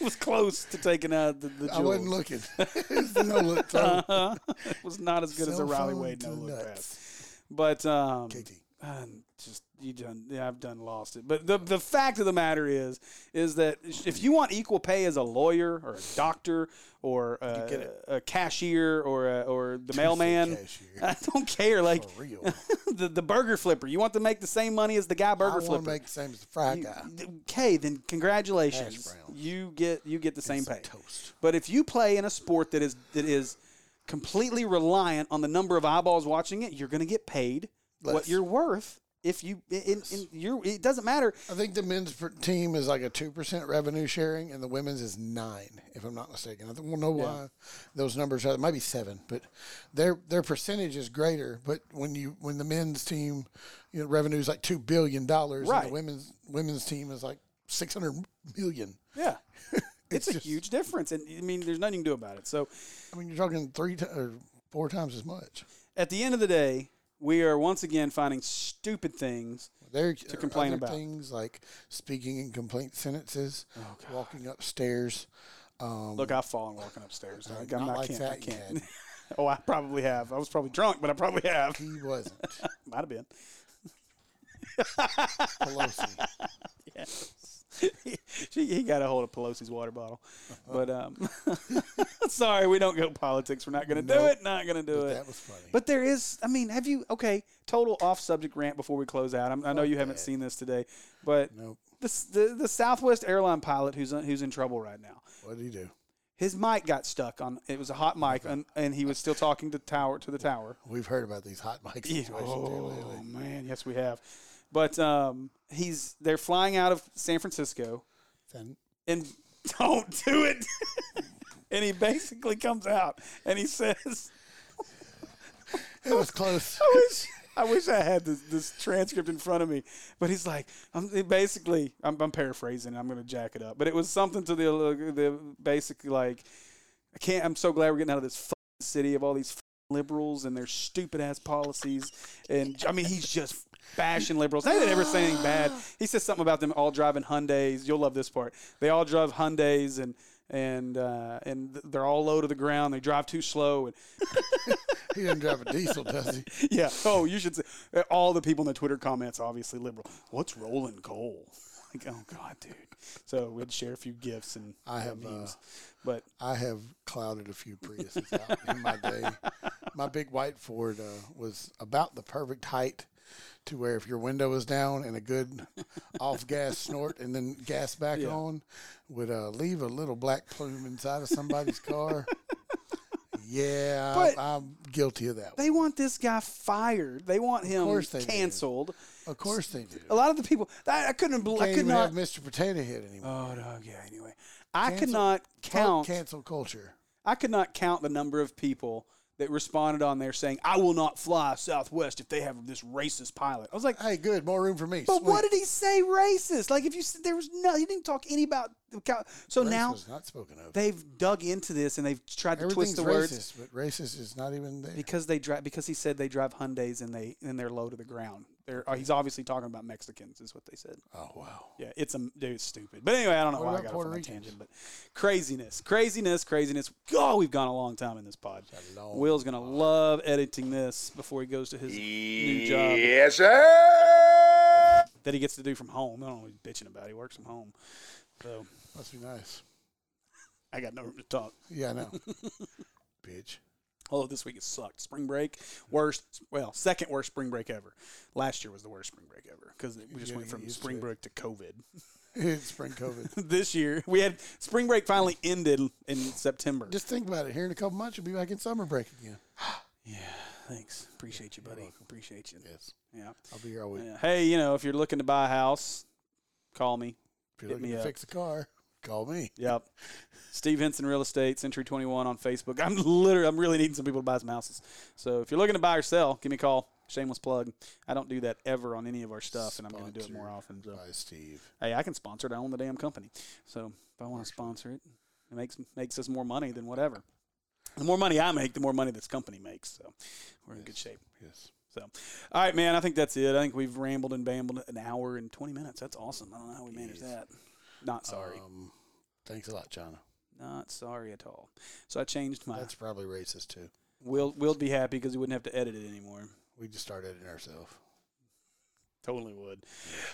was close to taking out the, the
I wasn't
jewels
looking. [LAUGHS] It's no look throw.
was not as good as a
Cell
Riley
phone
Wade
to
no look
nuts.
pass. But um,
KT.
um, just you done. Yeah, I've done lost it. But the the fact of the matter is, is that if you want equal pay as a lawyer or a doctor or
get
a,
it.
a cashier or a, or the mailman,
cashier.
[LAUGHS] I don't care. Like
For real.
[LAUGHS] the the burger flipper, you want to make the same money as the guy
I
burger
want
flipper.
to make the same as the fry guy.
Okay, then congratulations.
Hash browns.
You get you get the same
some
pay.
toast.
But if you play in a sport that is that is completely reliant on the number of eyeballs watching it, you're going to get paid what
Less.
you're worth if you in, in your it doesn't matter
I think the men's per- team is like a two percent revenue sharing, and the women's is nine, if I'm not mistaken. I don't know why those numbers are. It might be seven, but their their percentage is greater. But when you when the men's team, you know, revenue is like two billion dollars, and
Right.
the women's women's team is like six hundred million. [LAUGHS]
yeah it's, a
just-
huge difference and i mean there's nothing you can do about it so
I mean, you're talking three t- or four times as much.
at the end of the day we are once again finding stupid things
There
to complain about.
things like speaking in complaint sentences,
Oh,
walking upstairs. Um,
look i've fallen walking upstairs Doug.
not
I'm not,
like
can't,
that
I can't
kid.
[LAUGHS] oh i probably have i was probably drunk but i probably have [LAUGHS]
he wasn't
might have been
Pelosi.
he, [LAUGHS] he got a hold of Pelosi's water bottle. But um, [LAUGHS] sorry, we don't go politics. We're not going to do
Nope.
it. Not going to do it.
that was funny.
But there is, I mean, have you, okay, total off subject rant before we close out. I'm, I know you haven't seen this today, but
Nope.
this, the, the Southwest airline pilot who's, who's in trouble right now.
What did he do?
His mic got stuck on. It was a hot mic, and, and he was still talking to tower to the tower.
We've heard about these hot mic
Yeah.
situations here
Oh
lately.
man, yes we have. But um, he's they're flying out of San Francisco,
Then
and [LAUGHS] don't do it. and he basically comes out and he says,
it was close.
[LAUGHS] I wish, I wish I had this, this transcript in front of me. But he's like, I'm he basically, I'm, I'm paraphrasing. I'm going to jack it up, but it was something to the the basically like, I can't. I'm so glad we're getting out of this f- city of all these f- liberals and their stupid ass policies. And I mean, he's just bashing liberals. They didn't ever say anything bad. He says something about them all driving Hyundai's. You'll love this part. They all drive Hyundai's and. And uh, and th- they're all low to the ground. They drive too slow, and
[LAUGHS] He didn't drive a diesel, does he?
[LAUGHS] yeah. Oh, you should say all the people in the Twitter comments obviously liberal. What's rolling coal? [LAUGHS] Like, oh god, dude. So we'd share a few gifts and
I have, uh,
memes, but
I have clouded a few Priuses out in my day. My big white Ford uh, was about the perfect height to where if your window was down and a good off gas snort and then gas back
Yeah.
on would uh, leave a little black plume inside of somebody's car. Yeah,
But-
I, am guilty of that.
they want this guy fired. They want him
course they do.
canceled.
of course they do.
A lot of the people I, I couldn't. bel- I
Can't
could
even
not.
have Mr. Potato Head anymore.
oh no. Yeah. Anyway, I could
Cancel-
not count.
cancel culture.
I could not count the number of people that responded on there saying, "I will not fly Southwest if they have this racist pilot." I was like,
Hey, good. More room for me.
But what
Sweet.
did he say racist? Like if you s- there was no he didn't talk any about so
Race
now
was not spoken of.
they've dug into this and they've tried to twist
Everything's
the
racist,
words
but racist is not even there.
because they drive because he said they drive Hyundai's and they and they're low to the ground. They're uh, he's obviously talking about Mexicans is what they said.
oh wow.
Yeah, it's a dude, it's stupid. But anyway, I don't know
What
why I
about
got
Puerto
off on that
Ricans?
tangent, but craziness, craziness, craziness. God, we've gone a long time in this pod.
a long
Will's gonna love editing this before he goes to his new job
Yes, sir.
that he gets to do from home. I don't know what he's bitching about. He works from home, so.
Must be nice.
I got no room to talk.
Yeah, I know.
[LAUGHS]
Bitch. [LAUGHS]
Although this week it sucked. Spring break, worst, well, second worst spring break ever. Last year was the worst spring break ever because we just
gotta
went
get
from
used
spring
to it.
break to COVID. [LAUGHS]
It's spring COVID.
this year we had spring break finally ended in September.
Just think about it. Here in a couple months, you'll be back in summer break again.
yeah, thanks. Appreciate you, buddy. Appreciate you.
Yes.
Yeah.
I'll be here all week.
Yeah. Hey, you know, if you're looking to buy a house, call me.
If you're
Hit
looking
me
to
up.
fix a car, call me.
Yep. Steve Henson Real Estate, Century 21 on Facebook. I'm literally, I'm really needing some people to buy some houses. So if you're looking to buy or sell, give me a call. Shameless plug. I don't do that ever on any of our stuff, and I'm going to do it more often. So.
Bye, Steve.
Hey, I can sponsor it. I own the damn company. So if I want to sponsor it, it makes makes us more money than whatever. The more money I make, the more money this company makes. So we're in good shape.
Yes.
So, all right, man. I think that's it. I think we've rambled and bambled an hour and twenty minutes. That's awesome. I don't know how we managed
Yes.
that. Not sorry.
Um, thanks a lot, Chana.
Not sorry at all. So I changed my.
That's probably racist too.
Will will be happy because he wouldn't have to edit it anymore.
We just started editing ourselves.
Totally would.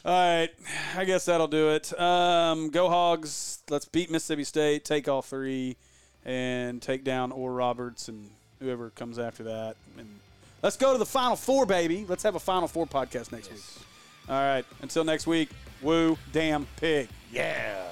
All right, I guess that'll do it. Um, go Hogs! Let's beat Mississippi State. Take all three, and take down Or Roberts and whoever comes after that. And let's go to the Final Four, baby. Let's have a Final Four podcast next week. All right. Until next week. Woo, damn pig.
Yeah.